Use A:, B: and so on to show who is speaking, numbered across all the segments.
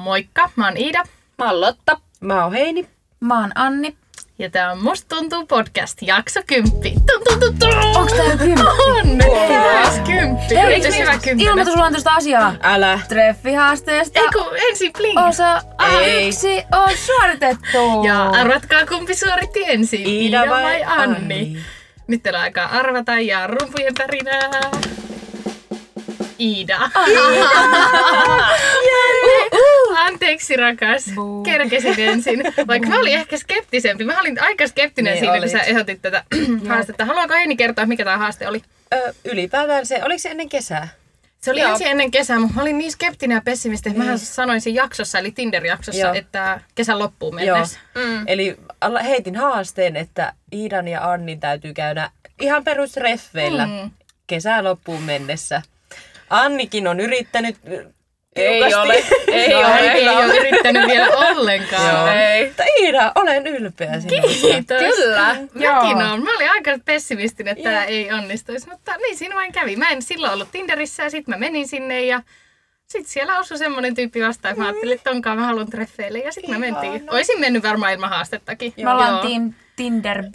A: Moikka, mä oon Iida
B: Mä oon Lotta. Mä oon Heini.
C: Mä oon Anni.
A: ja tää on Musta tuntuu podcast jakso kymppi. Tum, tum, tum, tum.
C: Onks tää kymppi?
A: On! Taas kymppi.
C: Hei,
A: Yritys hyvä kymppi.
C: Ilmoitusluontoista asiaa.
B: Älä.
C: Treffihaasteesta
A: Ei kun ensin bling.
C: osa
B: Ei.
C: yksi on suoritettu.
A: Ja arvatkaa kumpi suoritti ensin,
B: Iida vai
A: Anni.
B: Anni?
A: Nyt teillä on aikaa arvata ja rumpujen pärinää. Iida. Jälleen.
B: Uh,
A: Anteeksi rakas,
C: Buu.
A: kerkesit ensin. Vaikka mä olin ehkä skeptisempi. Mä olin aika skeptinen
B: Niin
A: siinä,
B: olit.
A: kun sä ehdotit tätä haastetta. Haluaako Heini kertoa, mikä tämä haaste oli?
B: Ö, ylipäätään se, oliko se ennen kesää?
A: Se oli
B: Joo. Niin.
A: ensin ennen kesää, mutta mä olin niin skeptinen ja pessimistä, että mä sanoin siinä jaksossa, eli Tinder-jaksossa,
B: Joo.
A: että kesän loppuun mennessä.
B: Mm. Eli alla- heitin haasteen, että Iidan ja Annin täytyy käydä ihan perusreffeillä mm. kesää loppuun mennessä. Annikin on yrittänyt ö, tiukasti.
A: Ei,
B: No,
A: ole,
B: ei
A: ei
B: kyllä
A: ole yrittänyt vielä ollenkaan.
B: Joo. Mutta Iida, olen ylpeä sinusta.
A: Kiitos.
C: Kyllä.
A: Mäkin
C: Joo.
A: on. Mä olin aika pessimistinen, että tämä
B: Joo.
A: ei onnistuisi, mutta niin siinä vain kävi. Mä en silloin ollut Tinderissä ja sitten mä menin sinne ja sitten siellä osui semmoinen tyyppi vastaan, että mä ajattelin, että tonkaan mä haluan treffeille ja sitten mä
B: Ihana.
A: mentiin. Oisin mennyt varmaan ilman haastettakin.
C: Me ollaan
A: Joo.
C: team Tinder B.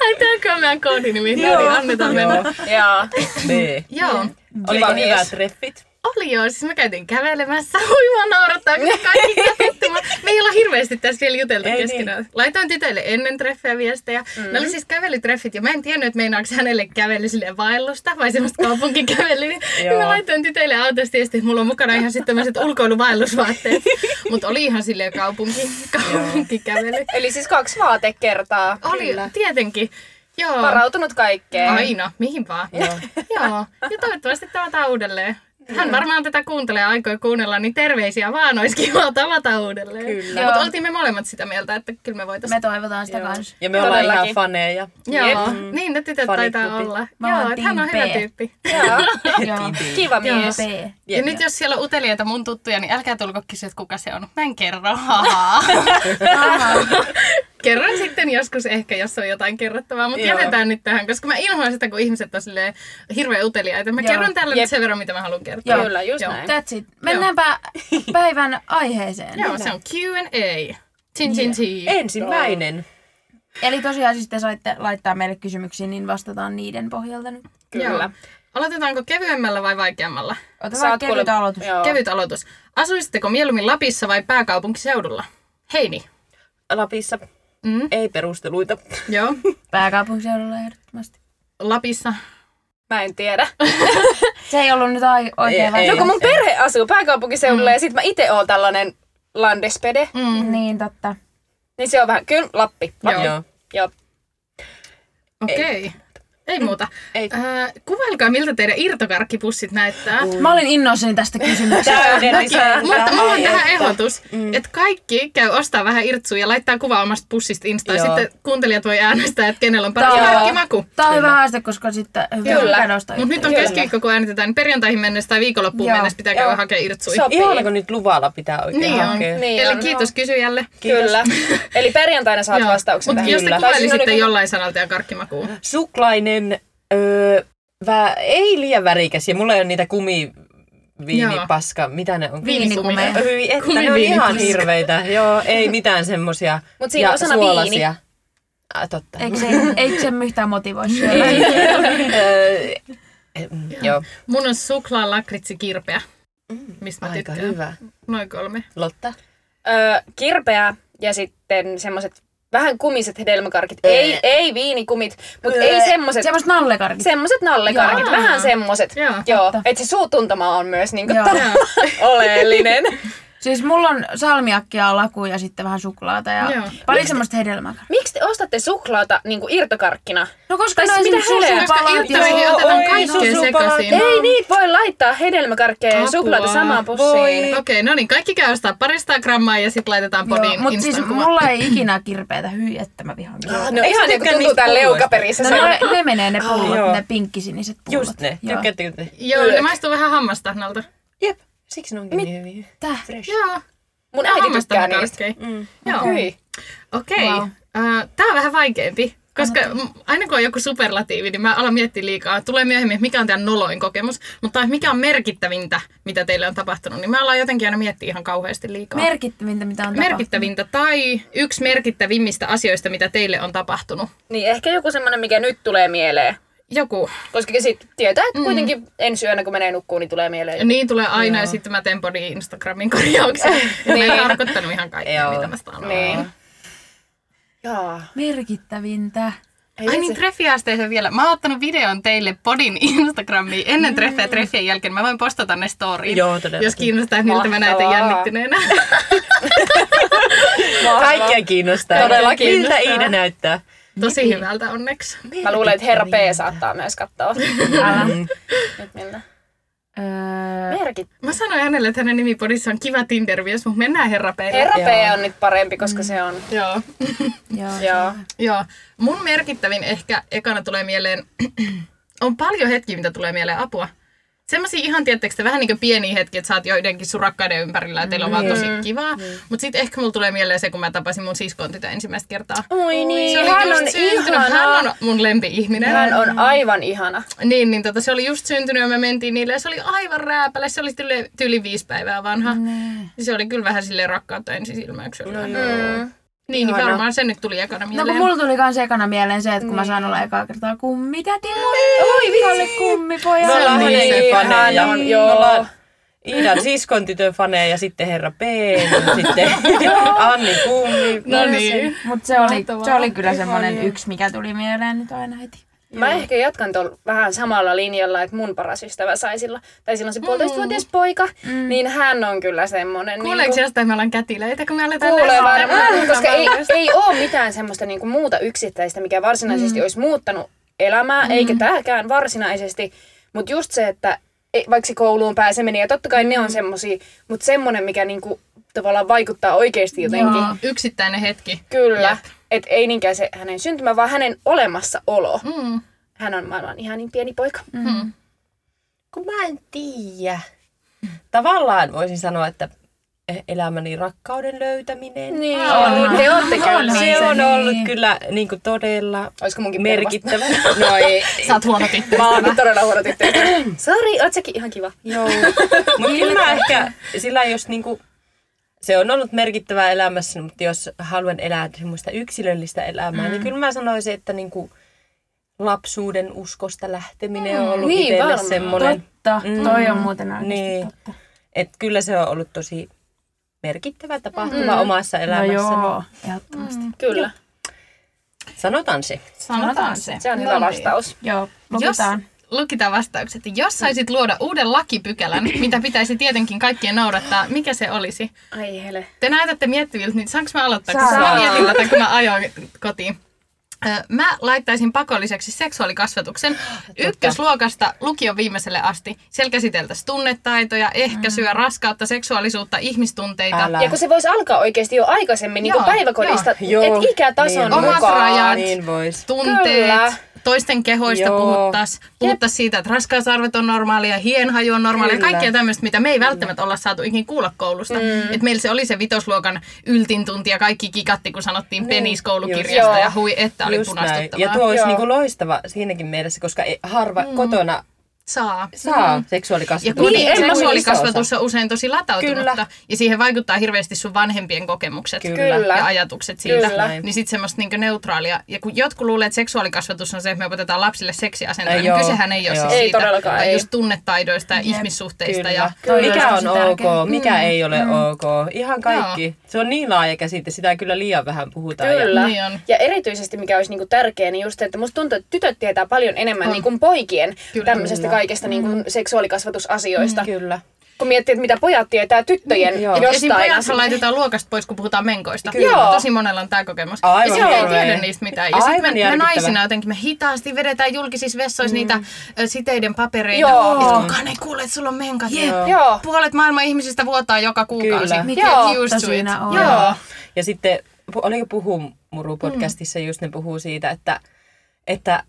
A: Ai tääkö on meidän koodinimi? No niin, annetaan mennä.
D: Joo.
B: B.
A: Joo.
B: Oliko
D: mies.
B: Niin. hyvät treffit?
A: Oli joo, siis mä käytin kävelemässä. Ui, mä naurattaa, kun kaikki katsottuma. Me ei olla hirveästi tässä vielä juteltu
B: Ei
A: keskenään. Laitoin tytöille ennen treffejä viestejä. Mm. Ne oli siis kävelytreffit ja mä en tiennyt, että meinaako se hänelle kävely silleen vaellusta vai semmoista kaupunkikävelyä.
B: Joo.
A: Joo. Mä laitoin tytöille autosta viestiä, että mulla on mukana ihan sitten tämmöiset ulkoiluvaellusvaatteet. Mutta oli ihan silleen kaupunki, kaupunkikävely.
D: Eli siis kaksi vaatekertaa.
A: Oli, tietenkin. Joo.
D: Varautunut kaikkeen.
A: Aina, mihin vaan. Joo. Joo. Ja toivottavasti tavataan uudelleen. Hän varmaan tätä kuuntelee aikoja kuunnella, niin terveisiä vaan, olisi kiva tavata uudelleen.
D: Kyllä.
A: Mutta
C: Joo.
A: oltiin me molemmat sitä mieltä, että kyllä me voitaisiin.
C: Me toivotaan sitä kans.
B: Ja me ollaan ihan
D: Todellakin.
B: faneja.
A: Joo, niin ne tytöt
B: Funny
A: taitaa
B: clubi.
A: olla.
C: Mä
A: Joo,
C: oon
A: että hän on
C: team
A: hyvä
C: B.
A: tyyppi.
D: Joo.
C: Joo.
D: Kiva mies.
C: B.
A: Ja nyt jos siellä on uteliaita mun tuttuja, niin älkää tulko kysyä, että kuka se on. Mä en kerro. Kerron sitten joskus ehkä, jos on jotain kerrottavaa, mutta
B: Joo.
A: jätetään nyt tähän, koska mä ilhoan sitä, kun ihmiset on silleen hirveän uteliaita. Mä
C: Joo.
A: kerron tällä nyt
D: Jep.
A: sen verran, mitä mä haluan kertoa.
C: Joo.
D: Kyllä, just
A: Joo.
D: näin.
C: That's it. Mennäänpä päivän aiheeseen.
A: Joo, se on Q&A. Chin chin chin.
B: Ensimmäinen.
C: Eli tosiaan siis te saitte laittaa meille kysymyksiä, niin vastataan niiden pohjalta nyt.
D: Kyllä.
A: Aloitetaanko kevyemmällä vai vaikeammalla?
C: Ota
D: Sä
C: vaan
D: oot
C: kevyt
D: kuule-
C: aloitus.
D: Joo.
A: Kevyt aloitus. Asuisitteko mieluummin Lapissa vai pääkaupunkiseudulla? Heini.
B: Lapissa.
A: Mm.
B: Ei perusteluita.
A: Joo.
C: Pääkaupunkiseudulla ehdottomasti.
A: Lapissa.
D: Mä en tiedä.
C: Se ei ollut nyt ai-
B: Ei,
C: oikein
B: ei.
D: No
C: vastaus.
D: kun mun perhe asuu pääkaupunkiseudulla ja sit mä itse oon tällainen landespede,
A: Mm.
C: Niin totta.
D: niin se on vähän, kyllä Lappi.
A: Joo.
B: Joo.
D: Joo.
A: Okei. Okay. Ei muuta.
B: Ei.
A: Äh, kuvailkaa, miltä teidän irtokarkkipussit näyttää.
C: Mä olin innoissani tästä kysymyksestä.
B: Täydellisellä.
A: Mutta mulla on tähän ehdotus, että kaikki käy ostaa vähän irtsua ja laittaa kuvaa omasta pussista Instaan.
B: Joo.
A: Sitten kuuntelijat voi äänestää, että kenellä on paras
C: Joo.
A: karkkimaku.
C: Tää on hyvä haaste, koska sitten hyvin
D: Kyllä.
C: kadosta
A: Mutta nyt on
D: Kyllä.
A: keskiviikko, kun äänitetään, niin perjantaihin mennessä tai viikonloppuun
C: Joo.
A: mennessä pitää käydä
D: Joo.
A: hakemaan irtsui.
D: Sopii.
B: Ihana, kun nyt luvalla pitää oikein
A: Niin on.
B: hakea.
D: Niin
A: Eli
D: on.
A: kiitos kysyjälle.
D: Kyllä. Eli perjantaina saat vastauksen
A: Mutta
D: tähän.
A: jos te
B: Kyllä. Mm.
D: Tai siis
A: kuvailisitte
D: on joku-
A: jollain sanalta ja karkkimakuun.
B: Suklainen, öö, vä, ei liian värikäs. Ja mulla ei ole niitä kumiviinipaska. Mitä ne on?
A: Viinikumia.
C: Viinikumeja.
B: Hyi, että ne on
A: Kumiviinipaska.
B: ihan hirveitä. Joo, ei mitään semmosia.
D: Mut siinä
B: ja
D: on sana
B: suolasia. Ah, totta.
C: Eikö se, eikö se yhtään motivoi syödä?
B: Ei. Öö, em, Joo,
A: Mun on suklaa lakritsi kirpeä, mistä mä
B: Mm. aika
A: tykkään.
B: hyvä.
A: Noin kolme.
B: Lotta?
D: Öö, kirpeä ja sitten semmoset vähän kumiset hedelmäkarkit. Ei, ei viinikumit, mutta ei semmoset,
C: Semmoiset nallekarkit.
D: semmoset nallekarkit,
A: Joo.
D: vähän semmoset.
A: Joo.
D: Joo. Et se suutuntuma on myös niinku
C: Joo.
D: todella oleellinen.
C: Siis mulla on salmiakkia, laku ja sitten vähän suklaata ja
A: Joo.
C: paljon semmoista hedelmää.
D: Miksi te ostatte suklaata niinku irtokarkkina?
C: No koska
D: Tai
C: ne on
D: siis mitä
C: esimerkiksi
D: hedelmää?
A: Koska
C: susupalat ja-
A: irtoihin
B: Joo,
A: otetaan
B: oi,
A: kaikkea
B: susupalat.
A: sekaisin.
D: Ei niitä voi laittaa hedelmäkarkkeja ja
A: Apua.
D: suklaata samaan
B: Voi.
D: pussiin.
A: Okei, no niin, kaikki käy ostaa parista grammaa ja sitten laitetaan
C: Joo,
A: podiin
C: mutta
A: Instan
C: siis
A: niin kuva.
C: mulla ei ikinä kirpeitä, hyi, että mä vihaan kirpeitä.
D: No
B: Ei sä
D: ihan niinku
B: tykkää
D: tuntuu
B: niistä
D: tän
B: pulloista?
D: leukaperissä.
C: No
D: se-
C: ne, ne menee ne pullot,
B: joo.
C: ne pinkkisiniset pullot.
B: Just ne.
C: Joo.
B: Tykkäättekö te?
A: Joo, ne maistuu vähän hammastahnalta.
B: Jep, siksi ne onkin niin hyviä.
C: Täh.
B: Fresh.
A: Joo,
D: Mun äiti tykkää niistä.
A: hammastahnalkarkkeja.
B: Mm.
A: Joo.
D: Hyi.
A: Okei.
C: Wow.
A: Äh, Tää on vähän vaikeampi. Koska m- aina kun on joku superlatiivi, niin mä alan miettiä liikaa. Tulee myöhemmin, että mikä on teidän noloin kokemus, mutta mikä on merkittävintä, mitä teille on tapahtunut, niin mä alan jotenkin aina miettiä ihan kauheasti liikaa.
C: Merkittävintä, mitä on
A: merkittävintä tai yksi merkittävimmistä asioista, mitä teille on tapahtunut.
D: Niin ehkä joku semmoinen, mikä nyt tulee mieleen.
A: Joku.
D: Koska sit tietää, että kuitenkin ensi yönä kun menee nukkuun, niin tulee mieleen.
A: Ja niin tulee aina ja sitten mä teen body Instagramin korjauksia. niin. Mä en tarkoittanut ihan kaikkea,
B: Joo.
A: mitä mä sanon.
D: Niin. Jaa.
C: Merkittävintä.
D: Ei
A: Ai
D: se-
A: niin, treffiaasteeseen vielä. Mä oon ottanut videon teille podin Instagramiin ennen treffejä ja treffien jälkeen. Mä voin postata ne storyin,
B: Mm. Joo, todellakin.
A: jos kiinnostaa, että miltä mä näytän
D: Mahtavaa.
A: jännittyneenä.
B: Kaikkia kiinnostaa.
D: Todella
B: Miltä
D: kiinnostaa.
B: Iida näyttää? Niin.
A: Tosi hyvältä onneksi.
D: Mä luulen, että herra P saattaa myös katsoa. Älä. Nyt miltä?
C: Öö,
D: Merkit.
A: Mä sanoin hänelle, että hänen nimipodissa on kiva Tinder-vies, mutta mennään herra peille.
D: Herra
B: Joo.
D: P on nyt parempi, koska se on.
A: Joo.
C: joo.
D: Joo.
A: Joo. Mun merkittävin ehkä ekana tulee mieleen, on paljon hetkiä, mitä tulee mieleen apua. Semmoisia ihan, tiettekö, vähän niin kuin pieniä hetkiä, että sä oot joidenkin sun rakkaiden ympärillä ja teillä on vaan tosi kivaa. Mutta sitten ehkä mulla tulee mieleen se, kun mä tapasin mun siskon tytön ensimmäistä kertaa.
D: Oi
A: niin, Se oli
D: hän
A: just
D: Mm. on
A: syntynyt.
D: ihana.
A: Hän on mun lempi-ihminen.
D: Hän on aivan ihana.
A: Niin, niin tota, se oli just syntynyt ja me mentiin niille ja se oli aivan rääpäle. Se oli tyyli, tyyli viisi päivää vanha.
C: Niin.
A: Se oli kyllä vähän silleen rakkautta ensisilmäyksellä. No,
D: Mm.
A: niin, niin
B: Ihana.
A: varmaan se nyt tuli ekana
C: No
A: mieleen.
C: kun mulla tuli kans ekana mieleen se, että kun mä sain olla ekaa kertaa kummi täti mun Oi, kummi
B: Me ollaan
A: Se on
B: hänen
A: niin
B: faneja.
D: ihana.
B: Me ollaan Iidan siskon tytön faneja ja sitten herra P, sitten Anni Kummi.
A: No niin.
C: Mutta se oli, se oli kyllä
B: Ihania.
C: semmoinen yksi, mikä tuli mieleen nyt aina heti.
D: Mä ehkä jatkan tuolla vähän samalla linjalla, että mun paras ystävä sai sillä, tai silloin se puolitoistavuotias poika, niin hän on kyllä semmoinen.
A: Kuuleeko jostain me ollaan kätilöitä, kun me aletaan
D: Niin. Kuulee
A: lesboja?
D: varmaan, koska ei, ei ole mitään semmoista niinku muuta yksittäistä, mikä varsinaisesti mm. olisi muuttanut elämää, mm. eikä tämäkään varsinaisesti. Mutta just se, että ei- vaikka se kouluun pääseminen, ja totta kai ne on semmoisia, mutta semmoinen, mikä niinku tavallaan vaikuttaa oikeasti jotenkin.
A: Joo, Yksittäinen hetki.
D: Kyllä. Että ei niinkään se hänen syntymä, vaan hänen olemassaolo.
A: Mm.
D: Hän on maailman ihanin pieni poika. Mm.
B: Kun mä en tiedä. Tavallaan voisin sanoa, että elämäni rakkauden löytäminen.
D: Niin,
C: Onhan.
D: te ootte kyllä.
B: Se
C: se
B: on
C: niin.
B: ollut kyllä niin kuin todella
D: Olisiko munkin merkit?
B: merkittävä. No ei.
A: Sä oot huono tyttö.
D: Mä oon nyt todella huono tyttö. Sori, oot säkin ihan kiva.
B: Joo. Mutta kyllä mä ehkä sillä jos niinku, se on ollut merkittävää elämässä, mutta jos haluan elää semmoista yksilöllistä elämää, mm. niin kyllä mä sanoisin, että niinku lapsuuden uskosta lähteminen on ollut
D: niin,
B: niin, itselle
D: varmaan.
B: semmoinen.
C: Totta, toi on muuten oikeasti
B: Niin.
C: niin. totta.
B: Että kyllä se on ollut tosi merkittävä tapahtuma mm. omassa
C: No
B: elämässä. No
C: joo, ehdottomasti.
D: Kyllä.
B: Sanotaan se.
A: Sanotaan se.
D: Se on hyvä vastaus.
C: Joo,
A: Jos,
C: lukitaan.
A: lukitaan vastaukset. Jos saisit luoda uuden lakipykälän, mitä pitäisi tietenkin kaikkien noudattaa, mikä se olisi?
D: Ai hele.
A: Te näytätte miettiviltä, niin saanko mä aloittaa, koska
C: Saa.
A: mä mietin tätä, kun mä ajoin kotiin. Ö, Mä laittaisin pakolliseksi seksuaalikasvatuksen ykkösluokasta lukion viimeiselle asti. Siellä käsiteltäisiin tunnetaitoja,
D: Mm.
A: ehkäisyä, raskautta, seksuaalisuutta, ihmistunteita.
B: Älä.
D: Ja kun se voisi alkaa oikeasti jo aikaisemmin, niin kuin
A: Joo,
D: päiväkodista,
B: joo.
D: että ikätason
B: Niin.
A: Omat
D: mukaan.
A: rajat.
B: Niin vois.
A: tunteet,
D: Kyllä.
A: toisten kehoista
B: Joo.
A: puhuttaisiin, puhuttaisiin siitä, että raskausarvet on normaalia, hienhaju on normaalia,
B: Kyllä.
A: kaikkea tämmöistä, mitä me ei välttämättä olla saatu ikin kuulla koulusta. Mm. Että meillä se oli se vitosluokan yltin tunti ja kaikki kikatti, kun sanottiin penis koulukirjasta
D: Just.
A: ja
D: Joo.
A: hui, että oli
B: Niin. Just näin.
A: punastuttavaa.
B: Ja tuo olisi
D: Joo.
B: niinku loistava siinäkin mielessä, koska ei- harva mm. kotona
A: Saa.
B: saa mm.
A: Ja
B: seksuaalikasvatusta.
A: kodin
D: Niin, en mä-
A: seksuaalikasvatus on usein tosi latautunutta
B: Kyllä.
A: ja siihen vaikuttaa hirveästi sun vanhempien kokemukset.
B: Kyllä.
D: Kyllä.
A: ja ajatukset siitä,
D: Kyllä.
A: niin sitten semmoista niinku neutraalia. Ja kun jotkut luulee, että seksuaalikasvatus on se, että me opetetaan lapsille seksiasentoja,
B: Ei
A: niin
B: joo.
A: kysehän ei ole
B: Joo.
A: siis
D: No Ei
A: siitä.
D: todellakaan,
A: vaan
D: ei.
A: just tunnetaidoista ja ihmissuhteista. Ja,
C: Toi on
B: mikä
C: tosi
B: on ok,
C: tärkeä.
B: mikä ei ole ok. Ihan kaikki. Se on niin laaja käsite, sitä kyllä liian vähän puhutaan. Ja...
D: Kyllä.
A: Niin on.
D: Ja erityisesti mikä olisi niinku tärkeää, niin just se, että musta tuntuu, että tytöt tietää paljon enemmän niinku poikien
A: Kyllä.
D: tämmöisestä kaikesta niinku seksuaalikasvatusasioista.
B: Kyllä.
D: Kun miettii, että mitä pojat tietää tyttöjen
B: Joo.
A: Esim.
D: jostain.
A: pojathan laitetaan luokasta pois, kun puhutaan menkoista.
D: Kyllä. Joo.
A: Tosi monella on tämä kokemus.
B: Aivan
A: ja sitten ei
B: hirveä.
A: tiedä niistä mitään. Ja
B: Aivan
A: sitten me, me
B: järkyttävä.
A: naisina jotenkin me hitaasti vedetään julkisissa vessoissa niitä ö, siteiden papereita.
D: Mm. Joo.
A: Ja sit kukaan ei kuule, että sulla on menkat. Yeah.
D: Joo.
A: Puolet maailman ihmisistä vuotaa joka kuukausi.
B: Kyllä.
A: Get
D: Joo.
A: used to it.
C: Siinä on.
D: Joo.
B: ja sitten, pu- oliko puhu muru podcastissa, just ne puhuu siitä, että, että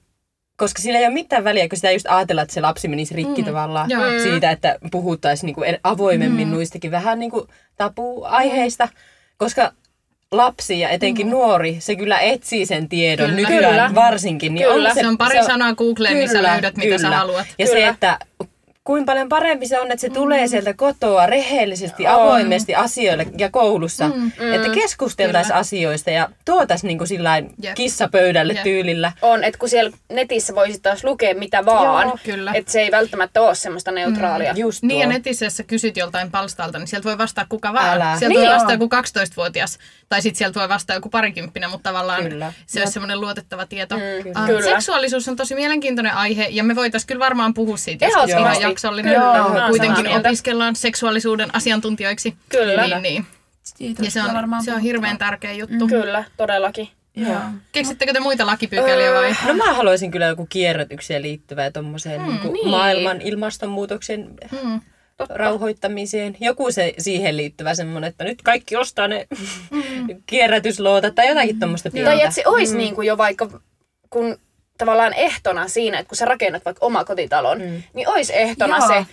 B: koska sillä ei ole mitään väliä, kun sitä just ajatellaan, että se lapsi menisi rikki mm. tavallaan
A: Joo.
B: mm. siitä, että puhuttaisiin niinku avoimemmin mm. noistakin vähän niinku tapuaiheista, koska lapsi ja etenkin nuori, se kyllä etsii sen tiedon
A: Kyllä.
B: nykyään
D: Kyllä.
B: varsinkin. Niin
D: Kyllä.
A: Se on pari sanaa Googleen, niin sä löydät, mitä sä haluat. Mm.
B: Ja
D: Kyllä.
B: se, että kuinka paljon parempi se on, että se tulee sieltä kotoa rehellisesti, avoimesti asioille ja koulussa.
A: Mm.
B: Että keskusteltaisiin asioista ja tuotaisiin niin kuin sillain
A: Jep.
B: kissapöydälle
A: Jep.
B: tyylillä.
D: On, että kun siellä netissä voisit taas lukea mitä vaan.
A: Joo, kyllä.
D: Että se ei välttämättä ole semmoista neutraalia.
B: Just tuo.
A: Niin ja netissä, jos sä kysyt joltain palstalta, niin sieltä voi vastaa kuka vaan.
B: Älä.
A: Sieltä
D: Niin
A: voi
D: joo.
A: vastaa joku 12-vuotias, tai sitten sieltä voi vastaa joku parikymppinen, mutta tavallaan
B: Kyllä.
A: Kyllä. se olisi semmoinen luotettava tieto.
D: Mm,
A: Ah,
D: kyllä.
A: Seksuaalisuus on tosi mielenkiintoinen aihe, ja me voitaisiin kyllä varmaan puhua siitä, jos
D: Ehdottomasti.
A: ihan jaksollinen.
D: Kyllä,
A: Joo,
D: mä oon
A: kuitenkin
D: samaa mieltä.
A: opiskellaan seksuaalisuuden asiantuntijoiksi.
D: Kyllä.
A: Niin, niin.
C: Siitä
A: Ja se
C: kyllä
A: on,
C: varmaan
A: se on
C: puhutaan.
A: hirveän tärkeä juttu.
D: Mm. Kyllä, todellakin.
C: Joo.
A: Keksittekö te muita lakipykäliä vai?
B: No mä haluaisin kyllä joku kierrätykseen liittyvää tuommoiseen mm, niin niin. maailman ilmastonmuutoksen mm, rauhoittamiseen. Joku se siihen liittyvä semmoinen, että nyt kaikki ostaa ne mm. kierrätyslootat tai jotakin tuommoista pientä.
D: Tai että se olisi niin kuin jo vaikka, kun tavallaan ehtona siinä, että kun sä rakennat vaikka oma kotitalon, mm. niin olisi ehtona
C: Joo.
D: se,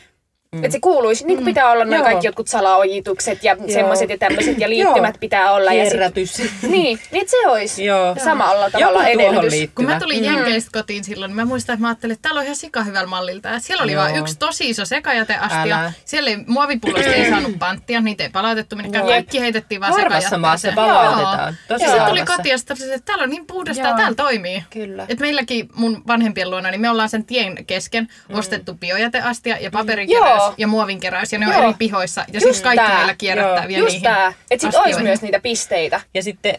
D: että se kuuluisi, niin kuin pitää olla noin
B: Joo.
D: kaikki jotkut salaojitukset ja semmoiset ja tämmöiset ja liittymät
B: Joo.
D: pitää olla. Ja sit,
B: Kierrätys.
D: niin, niin että se olisi
B: Joo.
D: samalla
B: Joku
D: tavalla
B: tuohon
D: edellytys.
B: Öö, liittyvä. Mm.
A: Kun mä tulin Jenkeistä kotiin silloin, niin mä muistan, että mä ajattelin, että täällä on ihan sika hyvällä mallilta. Ja siellä oli
B: Joo.
A: vain yksi tosi iso sekajäteastia.
B: Älä.
A: Siellä ei, muovipullosta ei saanut panttia, niitä ei palautettu minnekään.
B: Joo.
A: Kaikki heitettiin vaan
B: Harvassa
A: sekajätteeseen.
B: maassa palautetaan.
A: Joo.
B: Tosi
A: Ja sitten tuli
B: harvassa.
A: kotiin ja sitten totesin, että täällä on niin puhdasta ja
C: Joo.
A: täällä toimii.
B: Kyllä.
A: Et meilläkin mun vanhempien luona, niin me ollaan sen tien kesken
B: Mm.
A: ostettu biojäteastia ja paperikeräys
D: Joo.
A: ja muovinkeräys. Ja ne on
D: Joo.
A: eri pihoissa. Ja sitten kaikki
D: tää.
A: meillä kierrättää
B: Joo.
A: vielä
D: Just
A: niihin.
D: tää, että sit olisi
A: astioihin.
D: myös niitä pisteitä.
B: Ja sitten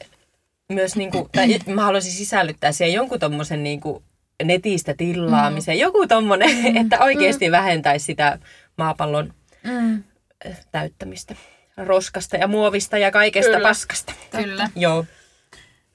B: myös, niin kuin, tai et mä haluaisin sisällyttää siihen jonkun tommosen niin kuin, netistä tillaamisen. Joku tommonen, että oikeasti vähentäisi sitä maapallon
C: Mm.
B: eh, täyttämistä. Roskasta ja muovista ja kaikesta
D: Kyllä.
B: paskasta.
A: Kyllä.
B: Joo.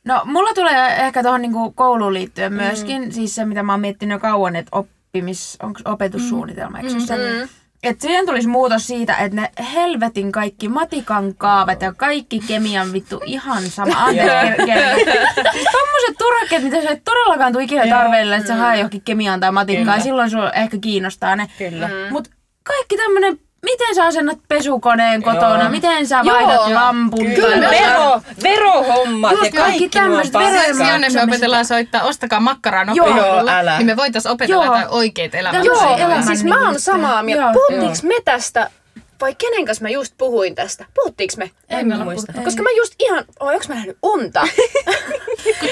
C: No, mulla tulee ehkä tuohon niinku kouluun liittyen myöskin, mm. siis se mitä mä oon miettinyt jo kauan, että oppimis, onko opetussuunnitelma,
B: Mm.
C: eikö se ole se?
B: Mm-hmm.
C: Että siihen tulisi muutos siitä, että ne helvetin kaikki matikan kaavat ja kaikki kemian vittu ihan sama. Anteeksi, ke- ke- siis tommoset turhakkeet, mitä sä et todellakaan tule ikinä tarveille,
B: Mm.
C: että sä hae johonkin kemiaan tai matikkaan, silloin sua ehkä kiinnostaa ne.
B: Kyllä. Mm-hmm.
C: Mut kaikki tämmönen, miten sä asennat pesukoneen kotona,
B: Joo.
C: miten sä vaihdat lampun. tai-
B: Kyllä, vero, verohommat
C: Just
B: ja kaikki
C: kaikki tämmöiset
B: nuo
C: verojen
A: Sen
B: paskat.
A: sijaan, että me opetellaan soittaa, ostakaa makkaraa
B: Joo,
A: nokkahulla,
B: älä.
A: niin me voitais opetella
C: Joo.
A: jotain oikeita elämää.
C: Joo,
D: Joo,
C: se elämän
D: siis mä oon
C: nimittäin.
D: samaa mieltä.
C: niin Joo.
D: Puhuttiinko me tästä, vai kenen kanssa mä just puhuin tästä? Puhuttiinko me?
C: En mä
B: muista.
C: puhu-
D: Koska mä just ihan, oi, onko mä nähnyt unta?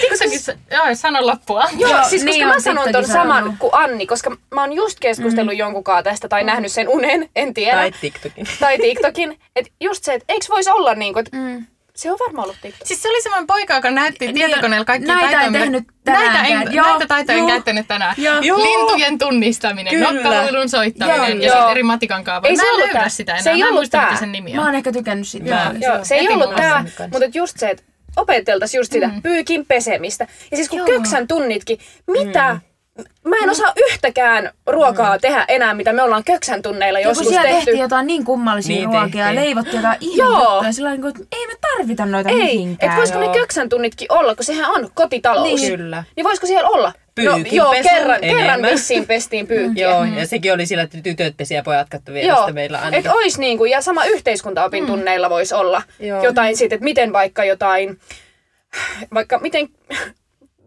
A: Tiksakin, se- joo, sano loppua.
D: Joo, siis
C: niin
D: koska
C: on Mm.
D: mä sanon ton
C: TikTokin
D: saman
C: saanut.
D: kuin Anni, koska mä oon just keskustellut jonkun kaa tästä tai nähnyt sen unen, en tiedä.
B: Tai TikTokin.
D: tai TikTokin. Että just se, että eikö voisi olla niin kuin, mm. se on varmaan ollut TikTok.
A: Siis se oli semmoinen poika, joka näytti tietokoneella kaikki
C: näitä ei
A: taitoja, mitä-
C: tehnyt
A: näitä, en,
C: tänäänkään. Joo,
A: näitä taitoja en
C: joo.
A: käyttänyt tänään.
C: Joo.
B: Joo.
A: Lintujen tunnistaminen,
B: Kyllä.
A: nokkahuilun soittaminen
D: Joo.
A: ja sitten eri matikan kaava.
D: Ei
A: Mä
D: se
A: en
D: ollut
A: löydä
D: tää.
A: sitä
D: Se
A: enää. Mä
D: ei
A: en
D: ollut
A: muista, mikä
D: tää.
A: sen nimi
C: Mä
A: on.
C: oon ehkä tykännyt siitä.
B: Mä-
C: kyllä.
D: Joo, se ei
A: Netin
D: ollut
A: kanssa.
D: tämä, mutta et just se, että opetteltaisiin just sitä mm. pyykin pesemistä. Ja siis kun Joo. köksän tunnitkin, mitä? Mm. Mä en osaa yhtäkään ruokaa mm. tehdä enää, mitä me ollaan köksän tunneilla
C: Ja kun
D: joskus
C: siellä
D: tehty.
C: tehtiin jotain niin kummallisia
B: Niin
C: niin ruokia ja
B: tehtiin.
C: leivottiin jotain
D: Joo.
C: ihmettä ja sillä lailla, että ei me tarvita noita
D: Ei,
C: mihinkään.
D: että voisiko ne köksän tunnitkin olla, kun sehän on kotitalous.
B: Niin. Kyllä.
D: Niin voisiko siellä olla?
B: Pyykin
D: joo,
B: pesu
D: kerran, kerran
B: enemmän.
D: vissiin pestiin pyykkiä.
B: Joo, ja sekin oli sillä, että tytöt pesi ja pojat kattoi vielä
D: Joo,
B: sitä meillä
D: että
B: ainakin.
D: olisi niinku, ja sama yhteiskuntaopin tunneilla voisi olla
B: Joo.
D: jotain siitä, että miten vaikka jotain, vaikka miten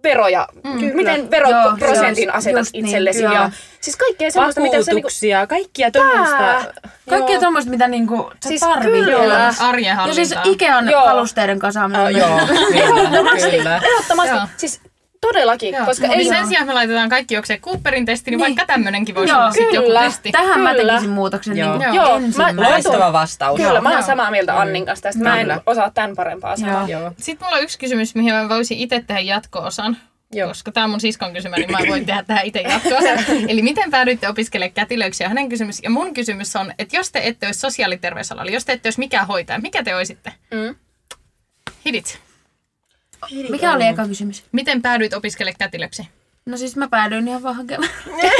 D: veroja, mm, miten veroprosentin
C: Joo, se
D: asetat
C: olisi- just
D: itsellesi
C: niin,
D: ja
C: joo.
D: siis kaikkea semmoista, mitä sä niinku,
B: Vakuutuksia, kaikkia tuommoista.
C: Kaikkea tuommoista, mitä niinku sä
D: Siis
C: siis tarvit
D: kyllä.
C: elämässä.
A: Arjen
C: Ja siis
A: hallintaa.
C: Ikean
D: Joo.
C: kalusteiden kasaaminen.
B: Ah, joo, kyllä, kyllä.
D: ehdottomasti,
A: Joo.
D: siis todellakin,
A: Joo. No
D: koska ei,
A: Eli
D: se,
A: sen sijaan me laitetaan kaikki jokseen Cooperin testi, niin
C: Niin.
A: vaikka tämmöinenkin voisi
C: Joo.
A: olla sitten joku
D: Kyllä.
A: testi.
C: Tähän mä
D: Kyllä.
C: tekisin muutoksen
B: Joo.
C: niinku
A: Joo,
D: mä-
C: ensimmäisenä.
B: Loistava vastaus.
D: kyllä mä oon
A: Joo.
D: samaa mieltä Annin kanssa tästä, mä en
B: Kyllä.
D: osaa tämän parempaa sanoa.
C: Joo.
B: Joo.
A: Sitten mulla on yksi kysymys, mihin mä voisin itse tehdä jatko-osan.
B: Joo.
A: Koska tämä on mun siskon kysymä, niin mä voin tehdä tähän itse jatko-osan. Eli miten päädyitte opiskelemaan kätilöiksi on hänen kysymys. Ja mun kysymys on, että jos te ette olisi sosiaaliterveysalalla, jos te ette olisi mikään hoitaja, mikä te olisitte?
D: Mm.
A: Hidit.
C: Mikä oli eka kysymys?
A: Miten päädyit opiskelemaan kätilöksi?
C: No siis mä päädyin ihan vaan hakemaan.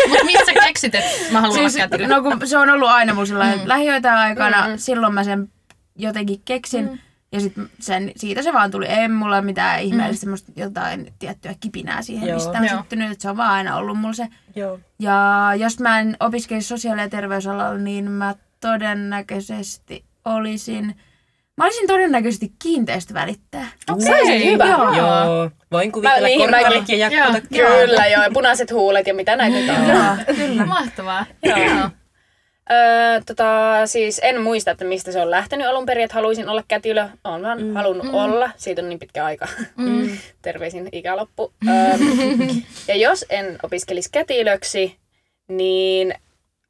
A: Mutta mistä keksit, että mä haluan
C: Siis,
A: siis, olla kätilö?
C: no kun se on ollut aina mulla sellainen, mm. lähiöitä aikana, mm. silloin mä sen jotenkin keksin. Mm. Ja sit sen, siitä se vaan tuli. Ei mulla mitään ihmeellistä semmoista jotain tiettyä kipinää siihen,
B: Joo.
C: Joo. mistä on
A: Joo.
C: syttynyt. että Se on vaan aina ollut mulla se.
B: Joo.
C: Ja jos mä en opiskelisi sosiaali- ja terveysalalla, niin mä todennäköisesti olisin Mä olisin todennäköisesti kiinteistövälittäjä.
B: No,
D: Se olisi hyvä.
C: Joo.
B: Joo. Voin kuvitella
D: Mä-
B: mä,
D: niin, mä-
B: korvalit ja jakkota.
D: Kyllä joo, ja punaiset huulet ja mitä näitä nyt on.
A: Mahtavaa. Joo.
D: Öö, tota, siis en muista, että mistä se on lähtenyt alun perin, että haluaisin olla kätilö. Olen vaan mm. halunnut mm. olla. Siitä on niin pitkä aika. Mm. Terveisin ikäloppu. Öö, ja jos en opiskelisi kätilöksi, niin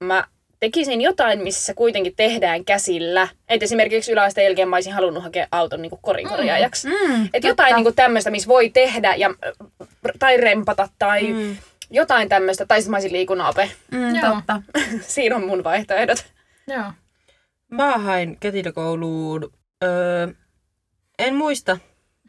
D: mä tekisin jotain, missä kuitenkin tehdään käsillä. Et esimerkiksi yläasteen jälkeen mä olisin halunnut hakea auton niin korinkorjaajaksi. Mm. Et jotain niin tämmöistä, missä voi tehdä ja, äh, tai rempata tai mm. jotain tämmöistä. Tai sitten mä olisin liikunnanope.
C: Mm,
A: Joo.
C: totta.
D: Siinä on mun vaihtoehdot.
A: Joo.
B: Mä hain kätilökouluun. Öö, en muista,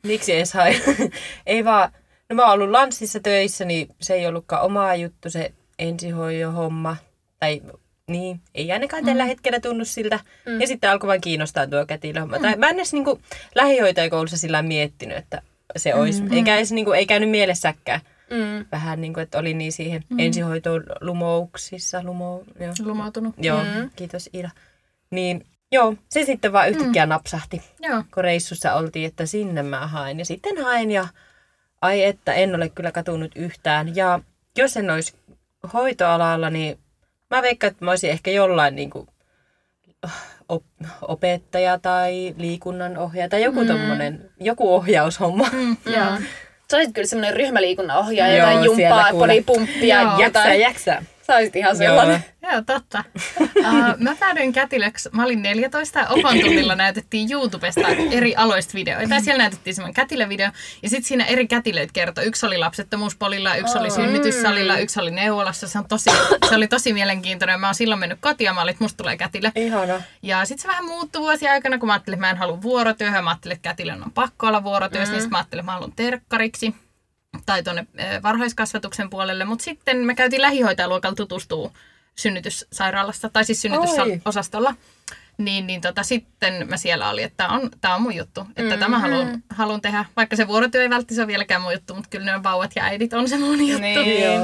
B: miksi edes hain. ei vaan, no mä oon ollut lanssissa töissä, niin se ei ollutkaan omaa juttu se ensihoidohomma. Tai niin, ei ainakaan tällä hetkellä tunnu siltä. Mm. Ja sitten alkoi vaan kiinnostaa tuo kätilöhomma. Mm. Tai mä en edes niinku lähihoitajakoulussa sillä lailla miettinyt, että se olisi. Mm. Eikä edes, niinku, ei käynyt mielessäkään.
D: Mm.
B: Vähän niin kuin, että oli niin siihen mm. ensihoitoon lumouksissa. Lumo, joo.
A: Lumoutunut.
B: Joo, mm. kiitos Ida. Niin, joo, se sitten vaan yhtäkkiä mm. napsahti,
A: Joo.
B: kun reissussa oltiin, että sinne mä haen. Ja sitten haen ja ai että en ole kyllä katunut yhtään. Ja jos en olisi hoitoalalla, niin mä veikkaan, että mä olisin ehkä jollain niin kuin, op- opettaja tai liikunnanohjaaja tai joku mm. tommonen, joku ohjaushomma. Mm.
C: Joo.
D: Sä olisit kyllä semmoinen ryhmäliikunnan ohjaaja,
B: Joo,
D: jotain
B: siellä
D: jumppaa,
B: kuule.
D: polipumppia,
A: Joo.
B: Jaksaa,
D: jotain.
B: jaksaa.
D: Sä olisit ihan sellainen.
A: Joo, totta. Uh, mä päädyin kätilöksi, mä olin 14, opan tunnilla näytettiin YouTubesta eri aloista videoita. Ja siellä näytettiin semmoinen kätilövideo. Ja sitten siinä eri kätilöitä kertoi. Yksi oli lapsettomuuspolilla, yksi oli synnytyssalilla, yksi oli neuvolassa. Se, on tosi, se oli tosi mielenkiintoinen. Mä oon silloin mennyt kotiin ja mä olin, että musta tulee kätilö.
B: Ihana.
A: Ja sitten se vähän muuttui vuosien aikana, kun mä ajattelin, että mä en halua vuorotyöhön. Mä ajattelin, että kätilön on pakko olla vuorotyössä. Mm. Niin sit mä ajattelin, että mä haluan terkkariksi tai tuonne eh, varhaiskasvatuksen puolelle. Mutta sitten me käytiin lähihoitajaluokalla tutustuu synnytyssairaalassa, tai siis synnytysosastolla. Niin, niin tota, sitten mä siellä olin, että tämä on, tää on mun juttu, että mm-hmm. tämä haluan, haluan tehdä. Vaikka se vuorotyö ei välttämättä ole vieläkään mun juttu, mutta kyllä ne vauvat ja äidit on se mun juttu.
D: Niin.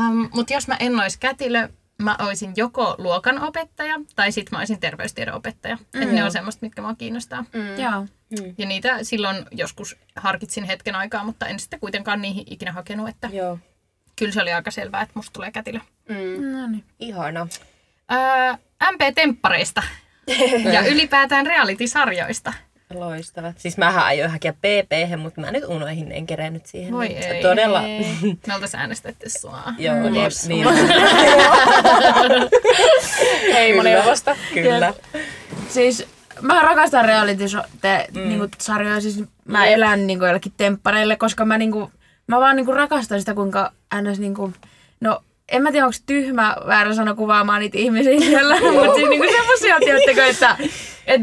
A: Um, Mutta jos mä en olisi kätilö, mä olisin joko luokanopettaja tai sitten mä olisin terveystiedon opettaja. Mm. Et ne on semmoista, mitkä mua kiinnostaa. Mm.
C: Joo.
A: Ja niitä silloin joskus harkitsin hetken aikaa, mutta en sitten kuitenkaan niihin ikinä hakenut. Että
B: Joo.
A: kyllä se oli aika selvää, että musta tulee kätilö.
C: No niin.
B: Ihana.
A: Öö, MP-temppareista ja ylipäätään reality-sarjoista.
B: Loistavat. Siis mä aion hakea pp mutta mä nyt unoihin en kerännyt siihen.
A: Voi
B: Niin,
A: ei.
B: Todella.
A: Me oltaisiin äänestetty sua.
B: Joo,
A: Jeps.
B: niin,
D: Hei, mun neuvosta.
B: kyllä.
C: Siis mä rakastan reality-sarjoja, siis mä
D: Mm. Jep.
C: elän niinku jollekin temppareille, koska mä, niinku, mä vaan niinku rakastan sitä, kuinka ns. Niinku, no en mä tiedä, onko tyhmä väärä sana kuvaamaan niitä ihmisiä siellä, mutta siis niinku semmosia, tiedättekö, että et,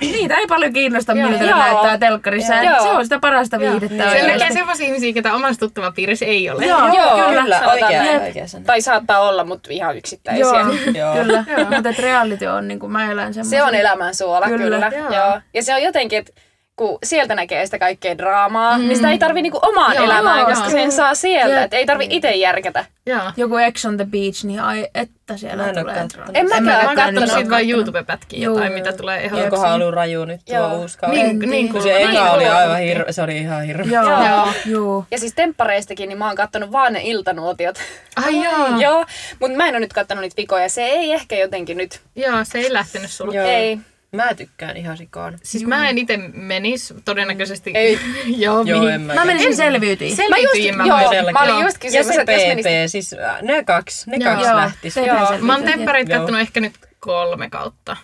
C: niitä ei paljon kiinnosta, miltä ne
D: Joo.
C: näyttää telkkarissa.
D: Joo.
C: Et Se on sitä parasta viihdettä
A: Sen
C: oikeasti.
A: näkee semmoisia ihmisiä, ketä omassa tuttavapiirissä ei ole.
C: Joo,
D: Joo,
C: kyllä.
B: Kyllä,
D: sanotaan
B: oikea,
D: näin.
B: oikea sana.
D: Tai saattaa olla, mutta ihan yksittäisiä.
C: Joo,
B: Joo.
C: kyllä. Mutta et reality on, niinku, mä elän semmoisen.
D: Se on e- elämän suola, kyllä.
C: Kyllä.
D: Joo. Ja se on jotenkin, että kun sieltä näkee sitä kaikkea draamaa, mm. niin sitä ei tarvi niinku omaan
A: Joo,
D: elämään,
A: joo.
D: koska sen saa sieltä.
C: Jep.
D: Et ei tarvi itse järkätä.
A: Joo.
C: joku Ex on the Beach, niin ai että siellä
B: Mä en oo
C: tulee
B: kattonut.
C: drama.
D: En mäkään
A: Mä
D: ole
A: oon katsonut siitä vaan
C: kattonut.
A: YouTube-pätkiä
C: Joo,
A: jotain,
C: joo.
A: mitä tulee
B: Onkohan
A: ehdotuksiin.
B: ollut raju nyt tuo
D: Joo.
B: uusi kausi?
A: Niin, niin
C: En tiedä.
B: Kun
A: kuin
B: se eka oli
D: kuuluu.
B: aivan hirveä, se oli ihan hirveä.
C: Joo.
A: Joo.
C: Joo. Joo.
D: Ja siis temppareistakin, niin mä oon kattonut vaan ne iltanuotiot.
A: Ai joo.
D: Joo, mutta mä en ole nyt kattonut niitä vikoja. Se ei ehkä jotenkin nyt.
A: Joo, se ei lähtenyt sulla.
B: Joo.
D: Ei.
B: Mä tykkään ihan sikaan.
A: Siis mä en itse menis todennäköisesti.
D: Ei.
A: joo,
B: Joo,
A: mihin.
B: en mä.
C: Mä menisin selviytyin.
A: Selviytyin
D: Mä just-
A: mä
D: joo.
A: myös.
D: mä olin just
B: ja
D: kysymässä,
B: se
D: että jos
B: PP,
D: menisit-
B: siis äh, ne kaksi, ne
A: Joo.
B: kaksi
A: Joo.
B: lähtis.
C: Te-
D: Joo.
C: selviytyin.
A: Mä oon temppareita
B: Joo.
A: kattonut ehkä nyt kolme kautta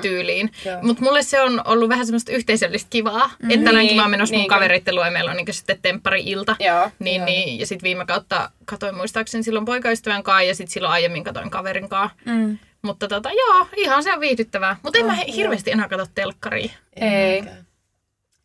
A: tyyliin.
B: Joo.
A: Mutta mulle se on ollut vähän semmoista yhteisöllistä kivaa. Mm. Että tänäänkin mä oon menossa mun
D: Niin, kyllä.
A: kavereitten luo ja meillä on niinku sitten temppari-ilta.
D: Joo.
A: Niin, niin, ja sitten viime kautta katoin muistaakseni silloin poikaystävän kanssa ja sitten silloin aiemmin katoin kaverin kanssa.
C: Mm.
A: Mutta tota, joo, ihan se on viihdyttävää. Mutta en mä he- hirveästi enää katso telkkaria.
D: Ei.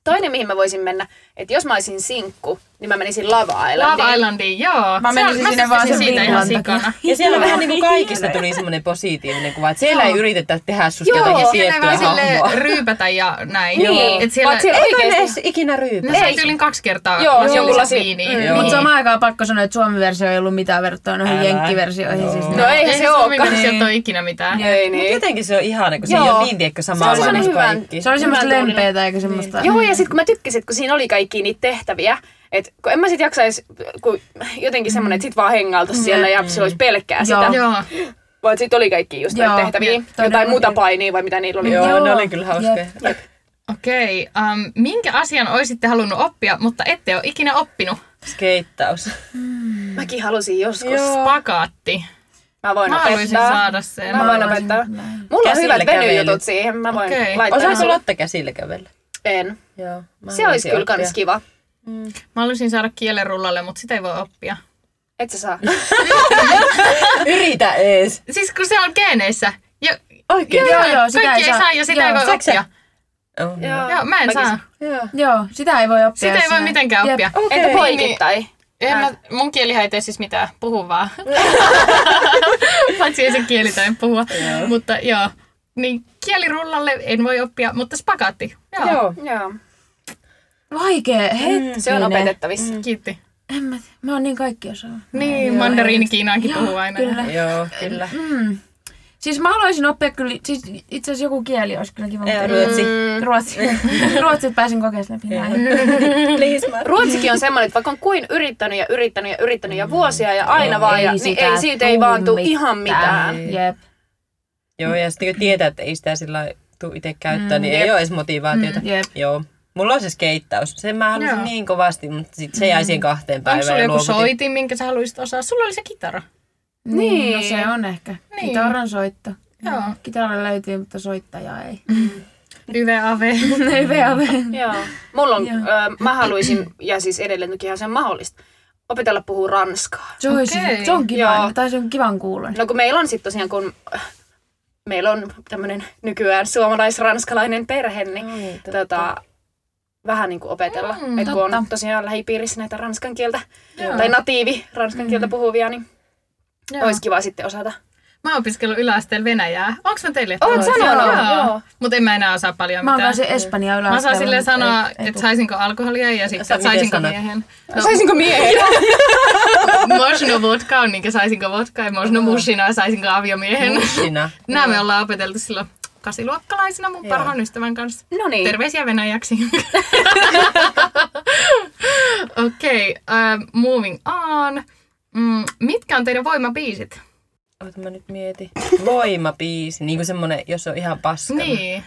D: Toinen, mihin mä voisin mennä, että jos mä olisin sinkku, niin mä menisin Lava Islandiin.
A: Love Islandiin, joo.
C: Mä
A: Se
C: menisin
A: on-
C: sinne
A: mä
C: vaan
A: tykkäsin
C: sen
A: siitä ihan
C: villan takia.
A: sikana.
B: Ja siellä vähän
C: niinku-
B: niin kuin kaikista tuli semmoinen positiivinen kuva, että siellä ei yritetä tehdä susta
D: Joo,
B: jotakin
D: siellä
A: Siellä ei
B: tiettyä
A: vaan
B: hahmoa.
A: silleen ryypätä ja näin.
D: Niin.
A: Et siellä,
D: Oot siellä-
B: Eikö ne
D: Oikeesti.
B: edes ikinä ryypä?
A: ne sai tyylin kaksi kertaa
D: Joo,
A: joo,
D: joku
A: joku
D: lasi.
A: viiniin.
D: Mm.
B: Joo.
C: Mutta samaan aikaan pakko sanoa, että Suomen versio ei ollut mitään verrattuna noihin
B: Älä.
C: jenkkiversioihin. Siis
D: No ei
A: Ei
D: se
A: se Suomi
D: olekaan.
A: meni sieltä ole ikinä mitään.
D: Ei
B: Mut
D: niin.
B: jotenkin se on ihana, kun se ei
D: Joo.
B: ole niin tiedätkö
D: Se on
B: samaa
D: semmoinen
B: kuin
D: hyvän-
B: kaikki.
C: Se oli semmoista
D: Hyvän tuulinen.
C: lempeätä eikä semmoista...
D: Joo, ja sitten kun mä tykkäsin, kun siinä oli kaikki niitä tehtäviä, että kun en mä sit jaksaisi, kun jotenkin semmoinen, että sit vaan hengailta siellä ja se olisi pelkkää sitä.
C: Joo.
A: Joo.
D: Vaan sit oli kaikki just
C: Joo.
D: näitä tehtäviä, jotain
C: Todellakin.
D: muuta painia vai mitä niillä oli.
B: Joo,
C: Joo.
B: ne oli kyllä hauskoja.
C: Jep.
A: Okei, um, minkä asian olisitte halunnut oppia, mutta ette ole ikinä oppinut?
B: Skeittaus.
D: Mäkin halusin joskus.
A: Spagaatti.
D: Mä voin
A: Mä haluaisin
D: opettaa.
A: saada sen.
D: Mä voin
C: haluaisin
D: opettaa. Mulla on
B: Käsillä
D: hyvät venyjutut
B: kävelyt.
D: siihen. Mä voin
A: Okei.
D: laittaa.
B: Osaako
D: sulle?
B: Lotta käsillä kävellä?
D: En.
B: Joo. mä
D: Se olisi
B: haluaisin
D: kyllä
B: oppia.
D: kans kiva.
A: Mä haluaisin saada kielen rullalle, mutta sitä ei voi oppia.
D: Et sä saa.
B: Yritä ees.
A: Siis kun se on geeneissä. Jo,
B: Oikein.
C: Joo, joo, sitä
A: kaikki
C: ei saa.
A: ja sitä
C: Joo.
A: ei voi
B: Saatko sä?
A: oppia.
B: Oh,
D: Joo.
A: Joo, mä en
D: Mäkin-
A: saa.
B: Joo.
C: Joo, sitä ei voi oppia.
A: Sitä ei voi
C: sinä-
A: mitenkään
C: Jep.
A: oppia.
B: Okei.
D: Entä poikittain?
A: En mä, mun kielihän ei tee siis mitään, puhu vaan. Paitsi ei se kieli tai puhua. mutta joo, niin kielirullalle en voi oppia, mutta spagaatti. Joo,
B: Joo.
D: Joo.
C: Vaikee,
A: Mm.
C: hetkinen.
D: Se on
B: Niin.
D: opetettavissa.
A: kiitti.
C: En mä, tiedä. mä oon niin kaikki osaa.
A: Niin, mandariini Kiinaankin puhuu aina.
C: Kyllä.
B: Joo, kyllä.
C: Mm. Siis mä haluaisin oppia kyllä, siis itse asiassa joku kieli olisi kyllä kiva.
B: Ei,
C: mutta-
B: Ruotsi.
C: Mm.
D: Mm.
C: Ruotsi. Ruotsit pääsin kokeessa läpi näin.
B: Please, mä...
D: Ruotsikin on semmoinen, että vaikka on kuin yrittänyt ja yrittänyt ja yrittänyt ja vuosia ja
C: No,
D: aina vaan, ja, niin ei, siitä ei vaan tule ihan mitään.
C: Jep.
B: Joo, ja sitten kun tietää, että ei sitä sillä tule itse käyttää, mm, niin jep. ei ole edes motivaatiota.
C: jep.
B: Joo. Mulla on se skeittaus. Sen mä halusin
A: Joo.
B: niin kovasti, mutta sit se jäi siihen kahteen
A: Onko
B: päivään
A: sulla
B: ja
A: joku
B: luovutin.
A: soitin, minkä sä haluaisit osaa? Sulla oli se kitara.
C: Niin, no se on ehkä.
A: Niin.
C: Kitaran soitto.
A: Joo.
C: Kitara löytyy, mutta soittajaa ei.
A: Yve Ave.
C: Ei vielä.
D: Joo. Mulla on,
C: Joo.
D: ö, mä haluaisin, ja siis edelleen toki ihan se on mahdollista, opetella puhua ranskaa.
C: Se, olisi,
A: Okei.
C: se on
D: Joo.
C: kivan, tai se on kivan kuulon.
D: No kun meillä on sitten tosiaan, kun äh, meillä on tämmöinen nykyään suomalais-ranskalainen perhe, niin
B: Niin, totta.
D: tota, vähän niin kuin opetella.
A: Mm,
D: Mm, että kun on
C: totta.
D: tosiaan lähipiirissä näitä ranskan kieltä,
A: Joo.
D: tai natiivi ranskan kieltä puhuvia, niin
A: Joo.
D: olisi kiva sitten osata.
A: Mä oon opiskellut yläasteella Venäjää. Onks mä teille?
D: Oot sanonut,
A: Joo.
D: joo.
A: Mut en mä enää osaa paljon
C: Mä oon
A: mitään.
C: kanssa Espanja
A: Mä
C: yläasteella.
A: saan silleen
C: mutta ei-
A: sanoa,
C: ei
A: että
C: tuu.
A: saisinko alkoholia ja sitten
B: Sä
A: että
B: miten
A: saisinko
B: sanot?
A: miehen.
D: No. Saisinko miehiä?
A: Можно vodka on niinkä saisinko vodka ja можно mushina ja saisinko aviomiehen.
B: Sinä.
A: Nämä me ollaan opeteltu silloin kasiluokkalaisina mun parhaan ystävän kanssa.
D: No niin.
A: Terveisiä Venäjäksi. Okei, okay, uh, moving on. Mm, mitkä on teidän voimabiisit?
B: Oota mä nyt mietin. Voimabiisi, niin kuin semmonen, jos on ihan paskana.
A: Niin.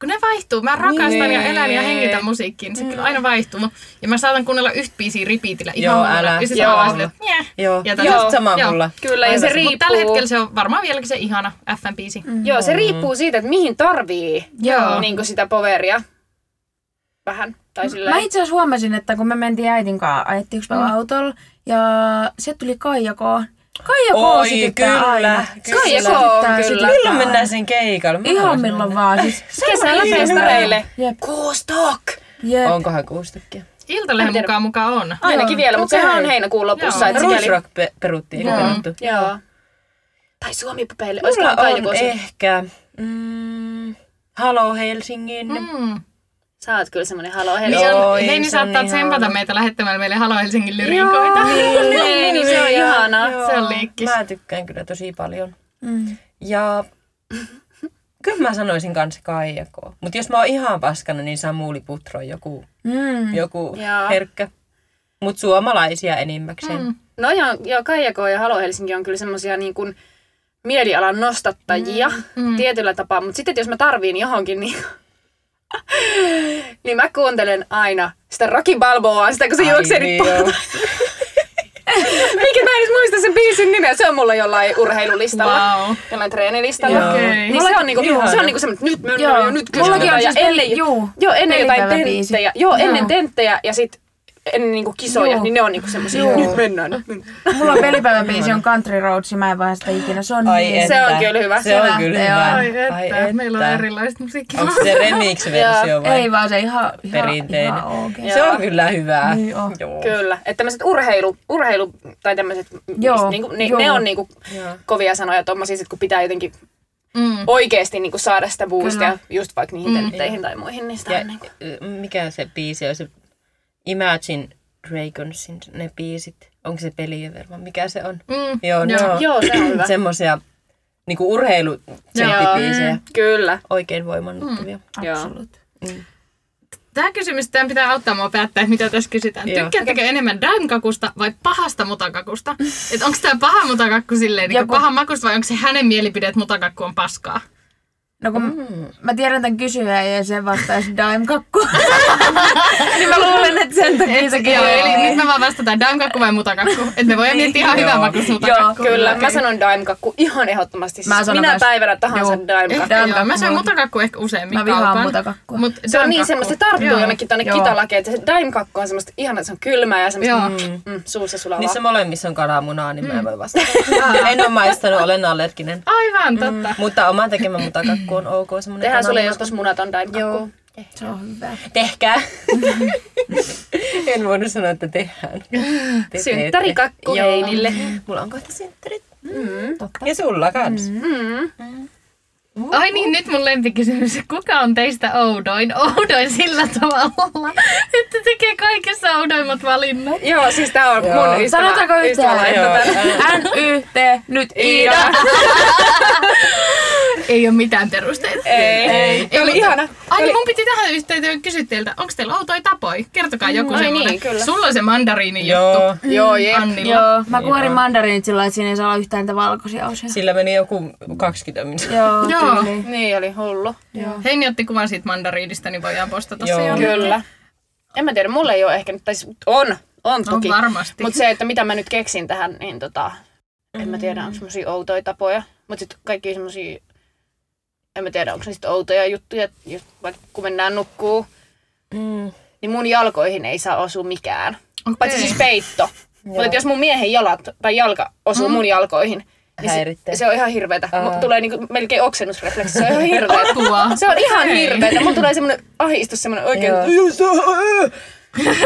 A: Kun ne vaihtuu, mä rakastan
B: Niin. Mm.
A: ja elän ja hengitän musiikkiin, niin se kyllä aina vaihtuu. Ja mä saatan kuunnella yhtä biisiä ripiitillä ihan
B: Joo,
A: huomenna.
B: älä.
A: Ja sit
B: Joo.
A: mä vaan silleen, että "Nyeh."
B: Joo,
A: Ja
B: ja
A: tätä-
B: just sama
A: Joo.
B: mulla.
D: Kyllä, ja se
A: Mut
D: riippuu.
A: Tällä hetkellä se on varmaan vieläkin se ihana FM-biisi. Mm.
D: Joo, se riippuu siitä, että mihin tarvii
A: Joo.
D: niin kuin sitä poveria. Vähän. Tai silleen.
C: Mä itse asiassa huomasin, että kun me mentiin äitin kanssa, ajettiin yksi
D: Mm.
C: päivä autolla, ja se tuli Kaija K. Kaija K
B: Oi,
C: sytyttää
B: kyllä,
C: aina.
B: kyllä.
D: Kaija K
C: sytyttää,
D: on kyllä.
C: sytyttää
B: Milloin
C: aina.
B: mennään sen keikalle? Mä
C: Ihan
B: haluaisin
C: milloin
B: mennä.
C: vaan. Siis,
D: Kesällä festareille.
C: jep,
D: Kuustok!
C: jep.
B: Onkohan kuustakkia?
A: Iltalehen
D: tiedä.
A: mukaan mukaan on.
D: Ainakin
C: Joo,
D: vielä, mutta sehän on
C: okei.
D: heinäkuun lopussa.
A: Joo.
D: että
B: Ruis
D: sikäli-
B: Rock pe- peruttiin, eikö
C: Joo.
B: peruttu?
D: Joo. Tai suomipupeille.
B: Mulla
D: Olisiko
B: on
D: kaikki eh.
B: ehkä... Mm, Halo Helsingin. Mm.
A: Mm.
D: Sä oot kyllä semmonen halo
A: Niin
D: Helsinki.
A: se
B: Joo,
A: on,
B: ei,
A: Heini
B: se on
A: saattaa
B: ihan-
A: tsempata meitä lähettämällä meille Halo Helsingin lyrikoita.
D: Niin, niin se on ihanaa.
A: Se on liikkis.
B: Mä tykkään kyllä tosi paljon.
C: Mm.
B: Ja kyllä mä sanoisin kanssa Kaijako. Mutta jos mä oon ihan paskana, niin Samuli Putro on joku,
C: Mm.
B: joku
D: Joo.
B: herkkä. Mutta suomalaisia enimmäkseen. Mm.
D: No joo, joo Kaijako ja Halo Helsinki on kyllä semmosia niin kuin mielialan nostattajia mm. tietyllä tapaa. Mutta sitten jos mä tarviin johonkin, niin, niin mä kuuntelen aina sitä Rocky Balboa, sitä kun se juoksee niin
B: joo.
D: paljon. Mikä mä en edes muista sen biisin nimeä, se on mulla jollain urheilulistalla.
A: Wow.
D: Jollain treenilistalla.
B: Joo.
A: Okei.
D: Niin se on niinku,
B: Ihana.
D: se on niinku semmoinen, nyt myöntä,
C: Joo.
D: nyt
C: Mullakin on
D: kysytään.
C: siis pel- juu,
D: joo, ennen jotain
C: pelipäiväbiisi.
D: tenttejä. Joo, ennen tenttejä ja sit ennen niinku kisoja,
C: Joo.
D: niin ne on niinku semmoisia,
C: Joo.
D: nyt mennään, nyt mennään.
C: Mulla on pelipäiväbiisi on Country Roads ja mä en vaihda sitä ikinä. Se on
B: Ai
C: niin.
B: että.
D: Se on kyllä hyvä.
B: Se on
C: Se
B: kyllä
C: lähtee,
B: hyvä.
A: Ai että,
B: Ai että.
A: meillä on erilaiset musiikkia.
B: Onko se remix-versio vai?
C: Ei vaan se ihan, ihan,
B: Perinteinen.
C: ihan okay.
B: Se on
D: Joo.
B: kyllä hyvää.
C: Niin on.
B: Joo.
D: Kyllä. Että tämmöiset urheilu, urheilu tai tämmöiset,
C: Joo,
D: niinku, ni,
C: joo.
D: ne on niinku
B: Joo.
D: kovia sanoja tommosia, sit kun pitää jotenkin
A: Mm.
D: oikeesti niinku saada sitä boostia
C: Kyllä.
D: just vaikka niihin mm. tentteihin tai muihin, niin sitä
B: Ja
D: on niinku.
B: mikä se biisi on se Imagine Dragonsin ne biisit. Onko se peli varmaan? Mikä se on?
A: Mm.
B: Joo, ne
A: Joo.
B: on
D: Joo, se on hyvä.
B: semmosia niinku urheilutenttibiisejä.
D: Kyllä.
B: Oikein voimannuttavia.
D: Joo.
C: Absolut.
A: Tämä kysymys, tämän pitää auttaa mua päättää, että mitä tässä kysytään.
B: Joo.
A: Tykkäättekö enemmän daimkakusta vai pahasta mutakakusta? että onko tämä paha mutakakku silleen, niin
C: Joku-
A: paha makusta vai onko se hänen mielipide, että mutakakku on paskaa?
C: No kun mm. mä tiedän tämän kysyjän ja se vastaisi Dime kakku. niin mä luulen, että sen takia se niin-
A: Joo, eli
C: kirjoitti.
A: nyt me vaan vastataan daimkakku vai mutakakku. Että me voidaan miettiä ihan hyvää makusta
C: Joo,
A: mutakakku.
D: Kyllä, mä sanon daimkakku ihan ehdottomasti. Siis
C: Mä sanon
D: Minä
C: kans-
D: päivänä tahansa
C: Juu.
D: daimkakku.
A: Ehkä joo. Eh, Mä
C: Daimkakku
A: syön
C: mulla-
A: mutakakku ehkä useammin
C: Mä vihaan
A: kaupan.
C: mutakakkua.
A: Mut
D: Se on
A: daimkakku.
D: niin semmoista, se tarttuu
A: Joo.
D: jonnekin tonne
C: Joo.
D: kitalakeen, että se daimkakku on semmoista ihana, se on kylmää ja semmoista
A: Joo.
D: mm, mm, suussa sulavaa.
B: Niissä molemmissa Niin on kalamunaa, niin
D: Mm.
B: mä en voi vastata. en ole maistanut, olen allerginen.
A: Aivan, totta.
B: Mutta oma tekemä mutakakku on ok. semmonen
D: Tehdään sulle
B: kananmuna.
D: joskus munaton daimkakku.
C: Se on hyvä.
B: Tehkää. en voinut sanoa, että tehdään. Te teette.
D: Synttärikakku
B: Joo.
D: Heinille.
B: Mulla on kohta synttärit.
D: Mm.
B: Ja sulla kans.
A: Ai niin, nyt mun lempikysymys. Kuka on teistä oudoin? Oudoin sillä tavalla, että tekee kaikessa oudoimmat valinnat.
D: Joo, siis tää on
B: Joo.
D: mun ystävä.
C: Sanotaanko
D: ystävä
C: yhtään?
D: laittoi tän.
C: N, Y, T, nyt Iida.
A: Ei ole mitään perusteita.
D: Ei, ei. Tämä oli ihana.
A: Ai niin, mun piti tähän yhteyteen kysyä teiltä, onko teillä outoja tapoja? Kertokaa joku
D: ai
A: semmoinen.
D: niin, kyllä. Mm.
A: Sulla on se mandariini juttu.
B: Joo.
D: Joo, jep.
A: Annilla.
C: Joo, mä kuorin mandariinit sillä lailla, että siinä ei saa olla yhtään niitä valkoisia osia.
B: Sillä meni joku 20 minuuttia.
C: Joo,
A: Joo.
C: tyyliin.
D: Niin oli hullu.
A: Heini niin otti kuvan siitä mandariinista, niin voidaan postata se
B: Joo.
A: jonnekin.
D: Kyllä. En mä tiedä, mulla ei ole ehkä nyt, tai s- on, on toki.
A: No, varmasti.
D: Mutta se, että mitä mä nyt keksin tähän, niin tota, en mä tiedä, onko semmosia outoja tapoja. Mutta sitten kaikki semmosia, en mä tiedä, onko se sitten outoja juttuja, jos vaikka kun mennään nukkuu,
B: Mm.
D: niin mun jalkoihin ei saa osua mikään.
A: Okei.
D: Paitsi siis peitto. Mutta et jos mun miehen jalat tai jalka osuu mun jalkoihin, niin
B: Häiritsee.
D: se, se on ihan hirveetä. Mulla tulee niinku melkein oksennusrefleksi. Se on ihan hirveetä.
A: Apua.
D: Se on ihan
A: Okei.
D: hirveetä. Mulla tulee semmoinen ahistus, semmoinen oikein.
B: Joo. äh,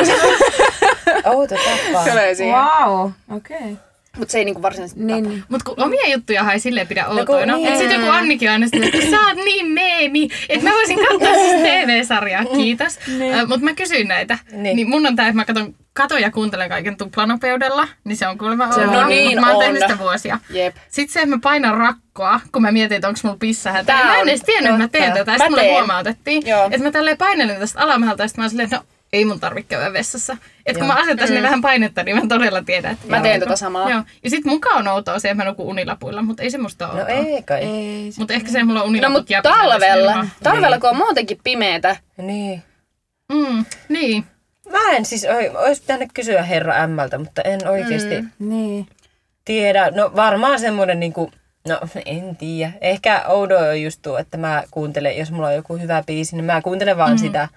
B: Outo tappaa.
D: Tulee siihen.
C: Wow, okei.
D: Mutta se ei niinku varsinaisesti niin.
C: Niin.
A: Mut kun omia juttuja ei silleen pidä
D: No
B: kun
A: outoina.
B: niin.
A: Mut sit joku Annikin aina sitä, että sä oot niin meemi, että mä voisin katsoa siis TV-sarjaa, kiitos. Äh, Mut mä kysyin näitä.
B: Niin.
A: Niin. mun on tää, että mä katon, katon ja kuuntelen kaiken tuplanopeudella, niin se on kuulemma
C: Se on.
A: outoa,
D: No niin
A: mut mä oon
D: on.
A: tehnyt sitä vuosia.
D: Jep.
A: Sitten se, että mä painan rakkoa, kun mä mietin, että onko mulla pissahätä.
D: Tää
A: Mä en
D: on
A: edes tiennyt, että mä teen tätä.
D: Mä
A: Sitten mulle
D: teen.
A: huomautettiin,
D: Joo.
A: että mä tälleen painelen tästä alamäältä. Sitten mä oon silleen, että no, ei mun tarvitse käydä vessassa. Että kun mä asetan sinne vähän painetta, niin mä todella tiedän, että...
D: Mm. Mä teen tota samaa.
A: Joo. Ja sit muka on outoa se, että mä nukun unilapuilla, mutta ei se musta ole
B: No
A: outoa.
B: ei kai.
C: Ei. se-
A: Mutta ehkä se mulla on
D: No
A: unilaput
D: mut talvella, talvella kun on Niin. muutenkin pimeetä,
B: Niin.
A: Mm, niin.
B: Mä en siis, oi- ois pitänyt kysyä herra Mältä, mutta en oikeesti mm.
C: Niin.
B: tiedä. No varmaan semmonen niinku, no en tiedä. Ehkä oudo on just tuo, että mä kuuntelen, jos mulla on joku hyvä biisi, niin mä kuuntelen vaan mm. sitä.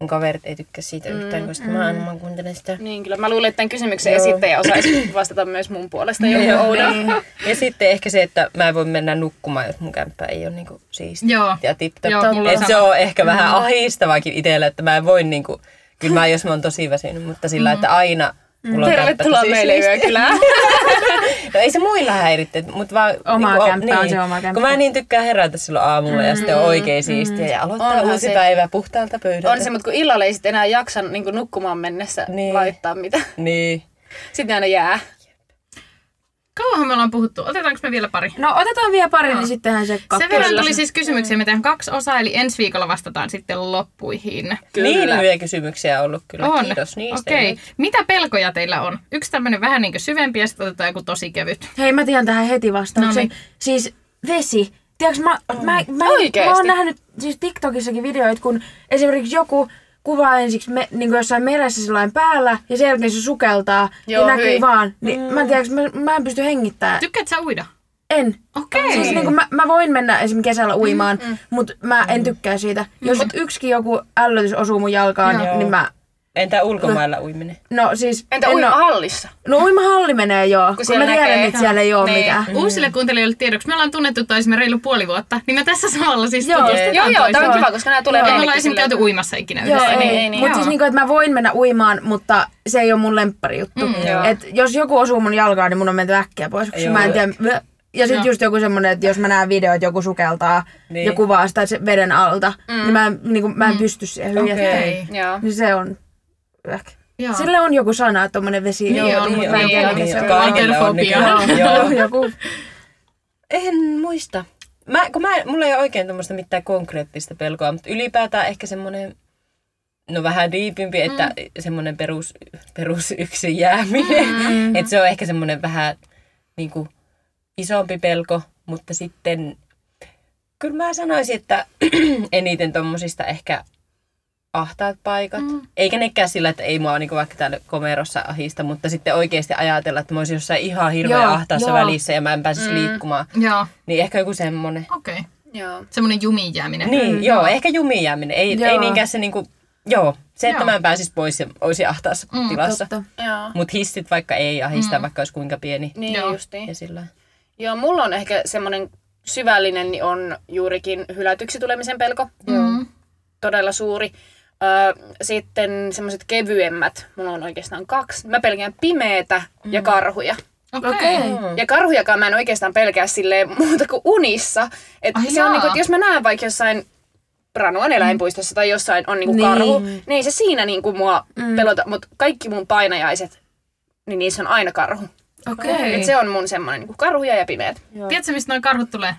B: Mun kaverit ei tykkää siitä yhtään, koska mä aina vaan kuuntelen sitä.
D: niin kyllä mä luulen, että tämän kysymyksen
B: Joo.
D: esittäjä osaisi vastata myös mun puolesta joku
B: Joo,
D: oudon.
B: niin. Ja sitten ehkä se, että mä en voi mennä nukkumaan, jos mun kämppä ei ole niinku siisti
A: Joo.
B: ja tip
A: Joo, mulla on
B: Se on ehkä vähän ahistavakin itsellä, että mä en voi niinku, kyllä mä jos mä oon tosi väsynyt, mutta sillä, että aina mulla on kämppä
D: Tervetuloa
B: tosi
D: meille
B: siisti.
D: yökylään.
B: No ei se muilla häiritte, mutta vaan...
C: Oma
B: o-
C: kämppä on se oma kämppä.
B: Kun mä niin tykkään herätä silloin aamulla ja sitten on oikein siistiä ja aloittaa
D: Onhan
B: uusi
D: se.
B: päivä puhtaalta pöydältä.
D: On se, mutta kun illalla ei sitten enää jaksa niin nukkumaan mennessä
B: Niin.
D: niin. laittaa mitä.
B: Niin.
D: Sitten ne aina jää.
A: Kauanhan me ollaan puhuttu. Otetaanko me vielä pari?
C: No otetaan vielä pari, niin sittenhän se
A: Sen
C: kakkos.
A: verran tuli siis kysymyksiä. Me tehdään kaksi osaa, eli ensi viikolla vastataan sitten loppuihin.
D: Kyllä.
B: Niin hyviä kysymyksiä on ollut kyllä.
A: On.
B: Kiitos niistä.
A: Okei. Mitä pelkoja teillä on? Yksi tämmöinen vähän niin kuin syvempi ja sitten otetaan joku tosi kevyt.
C: Hei, mä tiedän tähän heti vastauksen.
A: Noniin.
C: Siis vesi. Tiedätkö, mä, mä, mä,
D: Oh, Oikeesti?
C: mä oon nähnyt siis TikTokissakin videoita, kun esimerkiksi joku kuvaa ensiksi me, niin kuin jossain meressä sellainen päällä ja sen jälkeen se sukeltaa
D: Joo,
C: ja näkyy
D: hyi. Mm.
C: vaan. Niin, mä, tiedätkö, mä, mä en pysty hengittämään.
A: Tykkäät sä uida?
C: en.
A: Okei.
C: Siis niin kuin mä, mä voin mennä esimerkiksi kesällä uimaan,
D: Mm,
C: mutta mä en tykkää siitä. Jos yksikin joku ällötys osuu mun jalkaan,
A: Joo.
C: niin mä
B: Entä ulkomailla uiminen?
C: No siis...
D: Entä
C: en
D: uima
C: oo-
D: hallissa?
C: No uimahalli menee joo, kun,
D: siellä
C: mä tiedän,
D: näkee.
C: että siellä ei ole
A: Niin.
C: mitään.
A: Uusille kuuntelijoille tiedoksi, me ollaan tunnettu toisimme reilu puoli vuotta, niin me tässä samalla siis
C: Joo.
A: tutustutaan
D: Joo, joo, tämä on
A: toisiimme.
D: kiva, koska nämä tulee
A: Ei me
D: meillekin
A: ollaan esim.
D: silleen.
A: käyty uimassa ikinä
C: Joo,
A: yhdessä.
C: ei,
D: niin,
C: ei,
D: ei,
C: niin,
D: niin,
C: mutta siis niinku, että mä voin mennä uimaan, mutta se ei ole mun lempparijuttu. Mm,
B: joo.
C: et jos joku osuu mun jalkaan, niin mun on menty äkkiä pois, koska
B: Joo.
C: mä en tiedä. blö. Ja sitten just joku semmonen, että jos mä näen videot, joku sukeltaa
B: Niin.
C: niin. ja kuvaa sitä se- veden alta, mm. niin mä en, niinku, mä en mm. pysty siihen hyljättämään.
A: Okei.
D: Joo.
C: Niin se on ehkä.
A: Joo.
C: Sille on joku sana, tommonen vesi.
A: Niin on,
C: mutta
A: niin
C: mä en
A: on,
C: tiedä,
A: niin
C: mikä se
A: on.
C: on.
B: Kaikilla on
A: Kaikenfobia.
B: nykyään.
C: Joo,
B: Joo.
C: joku.
B: En muista. Mä, kun mä, mulla ei ole oikein tuommoista mitään konkreettista pelkoa, mutta ylipäätään ehkä semmoinen, no vähän diipimpi, että semmoinen perus, perus yksi jääminen. Mm. että se on ehkä semmoinen vähän niinku isompi pelko, mutta sitten kyllä mä sanoisin, että eniten tuommoisista ehkä ahtaat paikat. Mm. Eikä nekään sillä, että ei mua niinku vaikka täällä komerossa ahista, mutta sitten oikeasti ajatella, että mä olisin jossain ihan hirveän
C: Joo,
B: ahtaassa
C: joo.
B: välissä ja mä en pääsisi mm. liikkumaan.
A: Joo,
B: Niin ehkä joku semmonen.
A: okei. Okay.
D: Joo.
A: Semmoinen jumiin jääminen.
B: Niin,
D: Mm-hmm.
B: mm, joo, ehkä jumiin jääminen. Ei,
C: Joo.
B: ei niinkään se niinku, joo, se, että
A: Joo.
B: mä en pääsis pois ja olisi ahtaassa mm, tilassa.
C: Totta.
D: Joo.
B: Mut hissit vaikka ei ahista, mm. vaikka olisi kuinka pieni.
D: Niin
A: Joo.
D: justiin.
B: Ja sillä
D: Joo, mulla on ehkä semmoinen syvällinen niin on juurikin hylätyksi tulemisen pelko.
A: Mm.
D: Todella suuri. Öö, sitten semmoiset kevyemmät. Mulla on oikeastaan kaksi. Mä pelkään pimeätä mm. ja karhuja.
A: Okei.
C: Okei.
D: Mm. Ja karhujakaan mä en oikeastaan pelkää silleen muuta kuin unissa. Et
A: Ai
D: se on
A: jaa.
D: niinku, että jos mä näen vaikka jossain Ranuan eläinpuistossa tai jossain on niinku
C: Niin.
D: niin. karhu, Mm. niin ei se siinä niinku mua mm. pelota. Mutta kaikki mun painajaiset, niin niissä on aina karhu.
A: Okei.
D: Et se on mun semmoinen niinku karhuja ja pimeät.
A: Tiedätkö, mistä noin karhut tulee?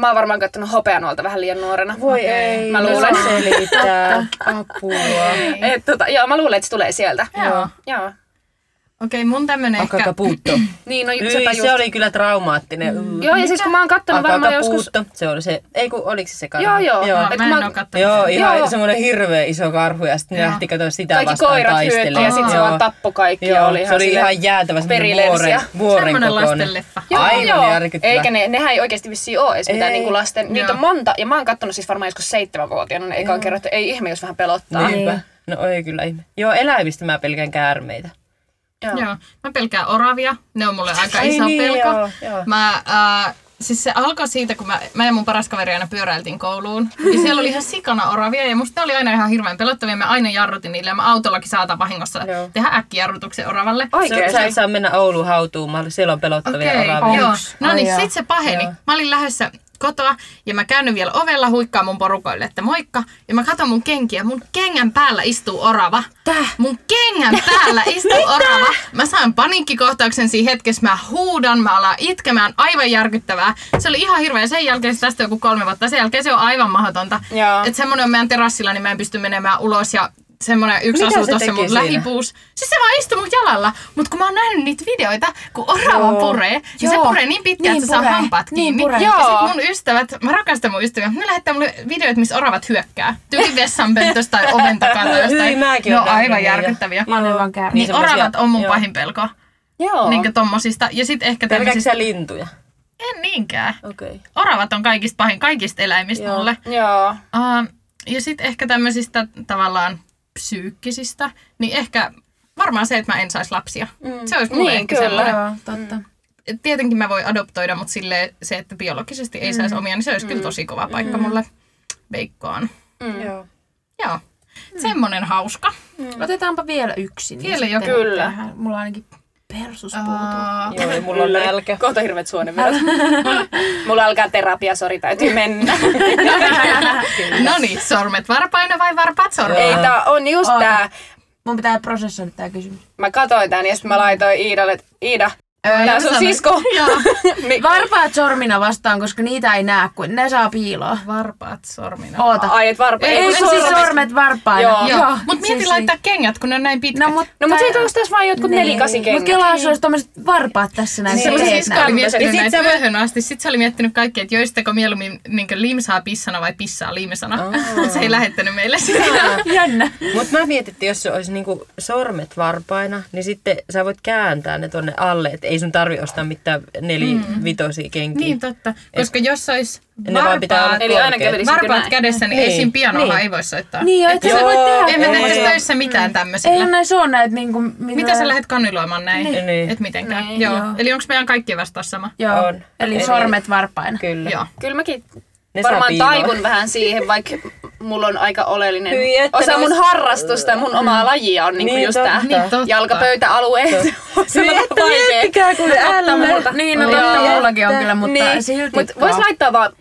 D: Mä oon varmaan kattonut hopeanuolta vähän liian nuorena.
B: Voi
A: ei,
D: Mä luulen.
B: No, selittää. Apua.
D: Et, tota, joo, mä luulen, että se tulee sieltä.
A: Joo.
D: Joo.
A: Okei, mun tämmönen
B: Akka
A: ehkä...
B: kaputto.
D: Niin, no
B: Yi,
D: sepä just.
B: se oli kyllä traumaattinen. Mm.
D: Joo, ja siis kun mä oon kattonut
B: Akka
D: varmaan joskus...
B: kaputto. Se oli se, ei kun, oliko se se karhu?
D: Joo, joo.
B: Joo,
A: Joo,
D: Et
A: mä en
D: mä-
A: oo kattonut.
B: joo ihan
D: Joo.
B: semmoinen hirveä iso karhu ja sitten lähti katsoa sitä
D: Kaikki
B: vastaan
D: koirat hyötyi ja
B: taistelemaan.
D: sit se
B: Joo.
D: vaan tappoi kaikki ja
B: Joo,
D: oli
B: se
D: ihan
B: oli
D: silleen-
B: ihan jäätävä semmoinen
D: perilensiä.
B: vuoren, vuoren
A: Semmoinen
B: kokoinen.
A: lastenleffa.
D: Joo,
B: Aivan
D: joo.
B: järkyttävä.
D: Eikä ne, nehän ei oikeasti vissiin ole edes mitään
B: Ei.
D: niinku lasten. Niitä
A: Joo.
D: on monta, ja mä oon kattonut siis varmaan joskus seitsemänvuotiaana ne ekaan kerran, että ei ihme, jos vähän pelottaa.
B: Niinpä. No ei kyllä ihme. Joo, eläimistä mä pelkään käärmeitä.
D: Joo.
A: Joo. Mä pelkään oravia. Ne on mulle aika
B: Ai
A: iso
B: niin,
A: pelko.
B: joo, joo.
A: Mä, äh, siis se alkoi siitä, kun mä, mä ja mun paras kaveri aina pyöräiltiin kouluun. Ja siellä oli ihan sikana oravia ja musta ne oli aina ihan hirveän pelottavia. Mä aina jarrutin niille ja mä autollakin saatan vahingossa
B: Joo.
A: tehdä äkkijarrutuksen oravalle.
B: Sä,
D: Oikeesti.
B: sä et saa mennä Ouluun hautuumaan, siellä on pelottavia
A: Okei,
B: oravia.
A: joo.
C: Onks?
A: No
C: Ai
A: niin,
C: jaa.
A: sit se paheni.
B: Joo.
A: Mä olin lähdössä kotoa ja mä käännyin vielä ovella huikkaa mun porukoille, että moikka. Ja mä katson mun kenkiä. Mun kengän päällä istuu orava.
C: Täh?
A: Mun kengän päällä istuu orava. Mä saan paniikkikohtauksen siinä hetkessä. Mä huudan, mä alan itkemään. Aivan järkyttävää. Se oli ihan hirveä. Sen jälkeen se tästä joku kolme vuotta. Sen jälkeen se on aivan mahdotonta.
D: Joo.
A: Että semmonen on meidän terassilla, niin mä en pysty menemään ulos ja semmonen yksi
B: Mitä
A: asuu
B: se
A: tuossa
B: teki
A: mun
B: siinä?
A: lähipuus. Siis se vaan istui mun jalalla. Mut kun mä oon nähnyt niitä videoita, kun orava
B: Joo.
A: puree, ja se
C: Joo.
A: puree niin pitkään,
C: Niin
A: että se saa
C: puree.
A: hampaat
C: Niin
A: kiinni.
C: puree.
A: Ja
D: Joo.
A: sit mun ystävät, mä rakastan mun ystäviä, ne lähettää mulle videoita, missä oravat hyökkää. Tyyli vessanpöntöstä tai oven takaa tai
B: Hyi,
A: jostain.
B: mäkin
A: Ne
D: No,
B: oon
A: on
B: nähnyt
A: aivan
B: niitä.
A: järkyttäviä.
C: Mä olen vaan käynyt.
B: Niin
A: Niin
B: semmosia-
A: oravat on mun
B: joo.
A: pahin pelko.
D: Joo.
A: Niinkö tommosista. Ja sit ehkä
B: Pelkääkö
A: tämmöisistä.
B: sä lintuja?
A: En niinkään.
B: Okei. Okay.
A: Oravat on kaikista pahin kaikista eläimistä
B: Joo.
A: mulle.
D: Joo.
A: Uh, ja sitten ehkä tämmöisistä tavallaan psyykkisistä, niin ehkä varmaan se, että mä en saisi lapsia. Mm. Se olisi mulle
D: Niin,
A: niin, ehkä
D: kyllä.
A: sellainen.
C: Joo, totta.
A: Tietenkin mä voin adoptoida, mutta sille se, että biologisesti
D: Mm.
A: ei saisi omia, niin se olisi kyllä tosi kova paikka mulle veikkaan.
D: Mm.
B: Joo.
A: Joo. Mm. Semmonen hauska.
C: Otetaanpa vielä yksi. Niin
A: Vielä joku.
C: sitten
D: Kyllä.
C: tähän- Mulla ainakin persus puutuu.
A: Uh,
B: Joo, ja mulla on nälkä.
D: Kohta hirveet suonenverot. Mulla alkaa terapia, sori, täytyy mennä.
A: no niin, sormet varpaina vai varpaat sormet?
D: Ei, tää on just
C: Oota.
D: tää.
C: Mun pitää prosessoida tää kysymys.
D: Mä katsoin tän ja sitten mä laitoin Iidalle, että Iida,
B: no
D: tää sun
A: Sormet.
D: sisko.
A: Joo.
D: Niin,
C: Varpaat sormina vastaan, koska niitä ei näe, kun ne saa piiloa.
A: Varpaat sormina.
C: Oota.
D: Ai, et varpa.
A: Ei,
C: Ei,
A: kun
C: kun siis
A: sormet-
C: sormet varpaina.
D: Joo.
A: Joo. Mutta mieti
C: siis
A: laittaa kengät, kun ne on näin
C: niin.
A: pitkät.
C: No, mutta...
D: No mut siitä on taas vaan jotkut
B: Niin.
D: nelikasin
C: Mut
D: kengät.
C: kelaa, jos olisi tommoset varpaat tässä näin.
D: Niin.
A: Se
C: sä
A: mun
B: siis
C: teet
A: sisko
C: näin.
A: oli
D: näin.
A: miettinyt
B: Ja sit
A: näitä
B: sä
A: sä...
B: voit-
A: myöhön asti. Sitten se oli miettinyt kaikki, että joistako mieluummin niin limsaa pissana vai pissaa limsana. Mutta se ei lähettänyt meille sitä.
C: Jännä.
B: Mut mä mietin, että jos se olisi niinku sormet varpaina, niin sitten sä voit kääntää ne tonne alle, että ei sun tarvi ostaa mitään nelivitosia
D: Mm.
B: kenkiä.
A: Niin totta, koska jos olisi
B: Ne vaan pitää olla
A: varpaat,
D: Eli aina
B: korkeat.
D: kävelisi
A: varpaat kädessä, niin,
B: Niin,
A: ei siinä pianolla
B: niin.
A: ei voi soittaa.
C: Niin jo, et sä
B: Joo,
C: voi tehdä.
A: Emme
B: Ei.
A: tee töissä mitään
C: Ei
A: tämmöisillä.
C: näissä ole näitä niinku... Mitä,
A: Mitä sä lähdet kanyloimaan näin?
B: Niin.
A: Et mitenkään.
D: Niin,
A: joo.
C: joo.
A: Eli onko meidän kaikki vastaus sama?
C: Joo,
B: On.
C: eli
B: Eli-
C: sormet varpaina.
B: Kyllä.
A: Joo.
D: Kyllä mäkin
B: Ne saa
D: varmaan
B: piiloa.
D: taivun vähän siihen, vaikka mulla on aika oleellinen
B: Hyi, että
D: osa
B: ne
D: mun
B: ois-
D: harrastusta, mun omaa lajia on niinku
B: Niin,
D: just
B: totta.
D: tää
A: Niin, totta.
D: jalkapöytäalueet. Se on
B: Hyi, että
D: vaikea.
B: miettikää, kun ällä.
D: multa.
C: Niin, no
D: Joo.
C: totta, mullakin on kyllä, mutta
D: Niin,
C: silti.
D: mut vois laittaa vaan,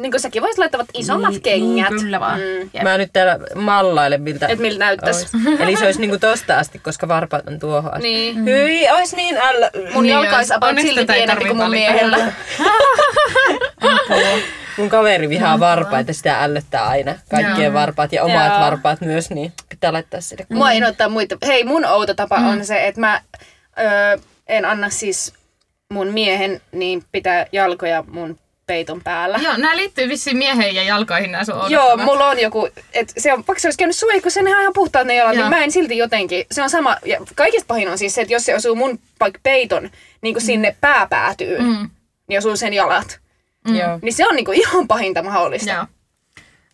D: niin kuin säkin vois laittaa vaan isommat
C: Niin,
D: kengät. Mm.
C: niin, kyllä vaan. Jep.
B: Mä nyt täällä mallailen, miltä
D: Et miltä näyttäis.
B: ois. Eli se olisi niinku tosta asti, koska varpaat on tuohon asti. Mm.
D: Niin.
B: Hyi, ois niin ällä.
D: Mun
A: Niin
D: jalka olisi
A: ois.
D: about
A: Onneksi
D: silti
A: tätä ei
D: pienempi kuin mun
A: tarvitse
D: miehellä.
B: Mun kaveri vihaa varpaita, sitä ällöttää aina. Kaikkien varpaat ja omat
D: Joo.
B: varpaat myös, niin pitää laittaa sinne.
D: Mua
A: Mm-hmm.
D: ei ottaa muita. Hei, mun outo tapa on se, että mä öö, en anna siis mun miehen niin pitää jalkoja mun peiton päällä.
A: Joo, nämä liittyy vissiin mieheen ja jalkoihin nämä sun
D: Joo,
A: odottavat.
D: mulla on joku, että se on, vaikka se olisi käynyt suihin, kun sen ihan puhtaat ne jalat,
A: Joo.
D: niin mä en silti jotenkin, se on sama, ja kaikista pahin on siis se, että jos se osuu mun vaikka peiton niin kuin sinne pääpäätyyn,
A: Mm.
D: niin osuu sen jalat,
B: Joo.
D: niin se on niin kuin ihan pahinta mahdollista.
A: Joo.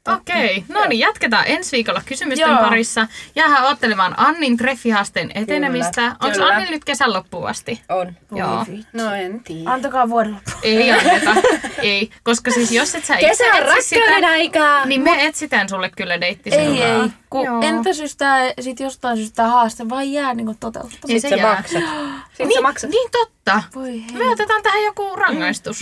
A: Okei, no niin, jatketaan ensi viikolla kysymysten
C: Joo.
A: parissa. Jäähän ottelemaan Annin treffihasteen etenemistä. Onko
D: kyllä.
A: Anni nyt kesän loppuun asti?
B: On.
A: Joo.
D: No en tiedä.
C: Antakaa vuodella.
A: Ei anneta. Ei, koska siis jos et sä itse
D: Kesä on
A: etsi
D: rakkauden aikaa.
A: Siis niin me etsitään sulle kyllä
C: Ei,
A: deittiseuraa.
C: ei. Kun
A: Joo.
C: entä syystä, sit jostain syystä haaste vaan jää niinku toteuttamatta.
A: Niin
B: Sit sä
A: jää.
B: maksat.
D: Sitten sä
A: Niin,
D: maksat.
A: niin totta.
C: Voi hei. Mm. niin.
A: Me otetaan tähän joku rangaistus.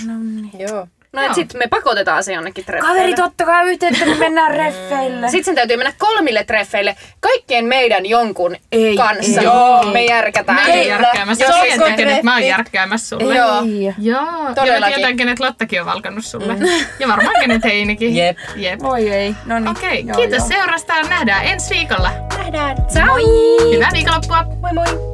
B: Joo.
D: No et
A: Joo.
D: sit me pakotetaan se jonnekin treffeille.
C: Kaverit, ottakaa yhteyttä, me mennään reffeille.
D: Sitten sen täytyy mennä kolmille treffeille kaikkien meidän jonkun
C: Ei,
D: kanssa.
C: ei,
D: Joo. Me järkätään.
A: Mä
D: Kyllä.
A: oon järkkäämässä.
D: Jos
A: Jos
D: se
A: tiedät,
D: on
A: kenet mä oon
B: treffi.
A: järkkäämässä sulle.
D: Joo.
C: Ei.
A: Joo. Ja mä
D: Todellakin.
A: tiedän, kenet Lottakin on valkannut sulle. Ja varmaan kenet Heinikin.
B: Jep.
A: Jep.
C: Voi ei. No niin.
A: Okei,
C: Joo,
A: kiitos
C: joo.
A: seurasta. Nähdään ensi viikolla.
D: Ciao!
A: Hyvää viikonloppua!
D: Moi moi!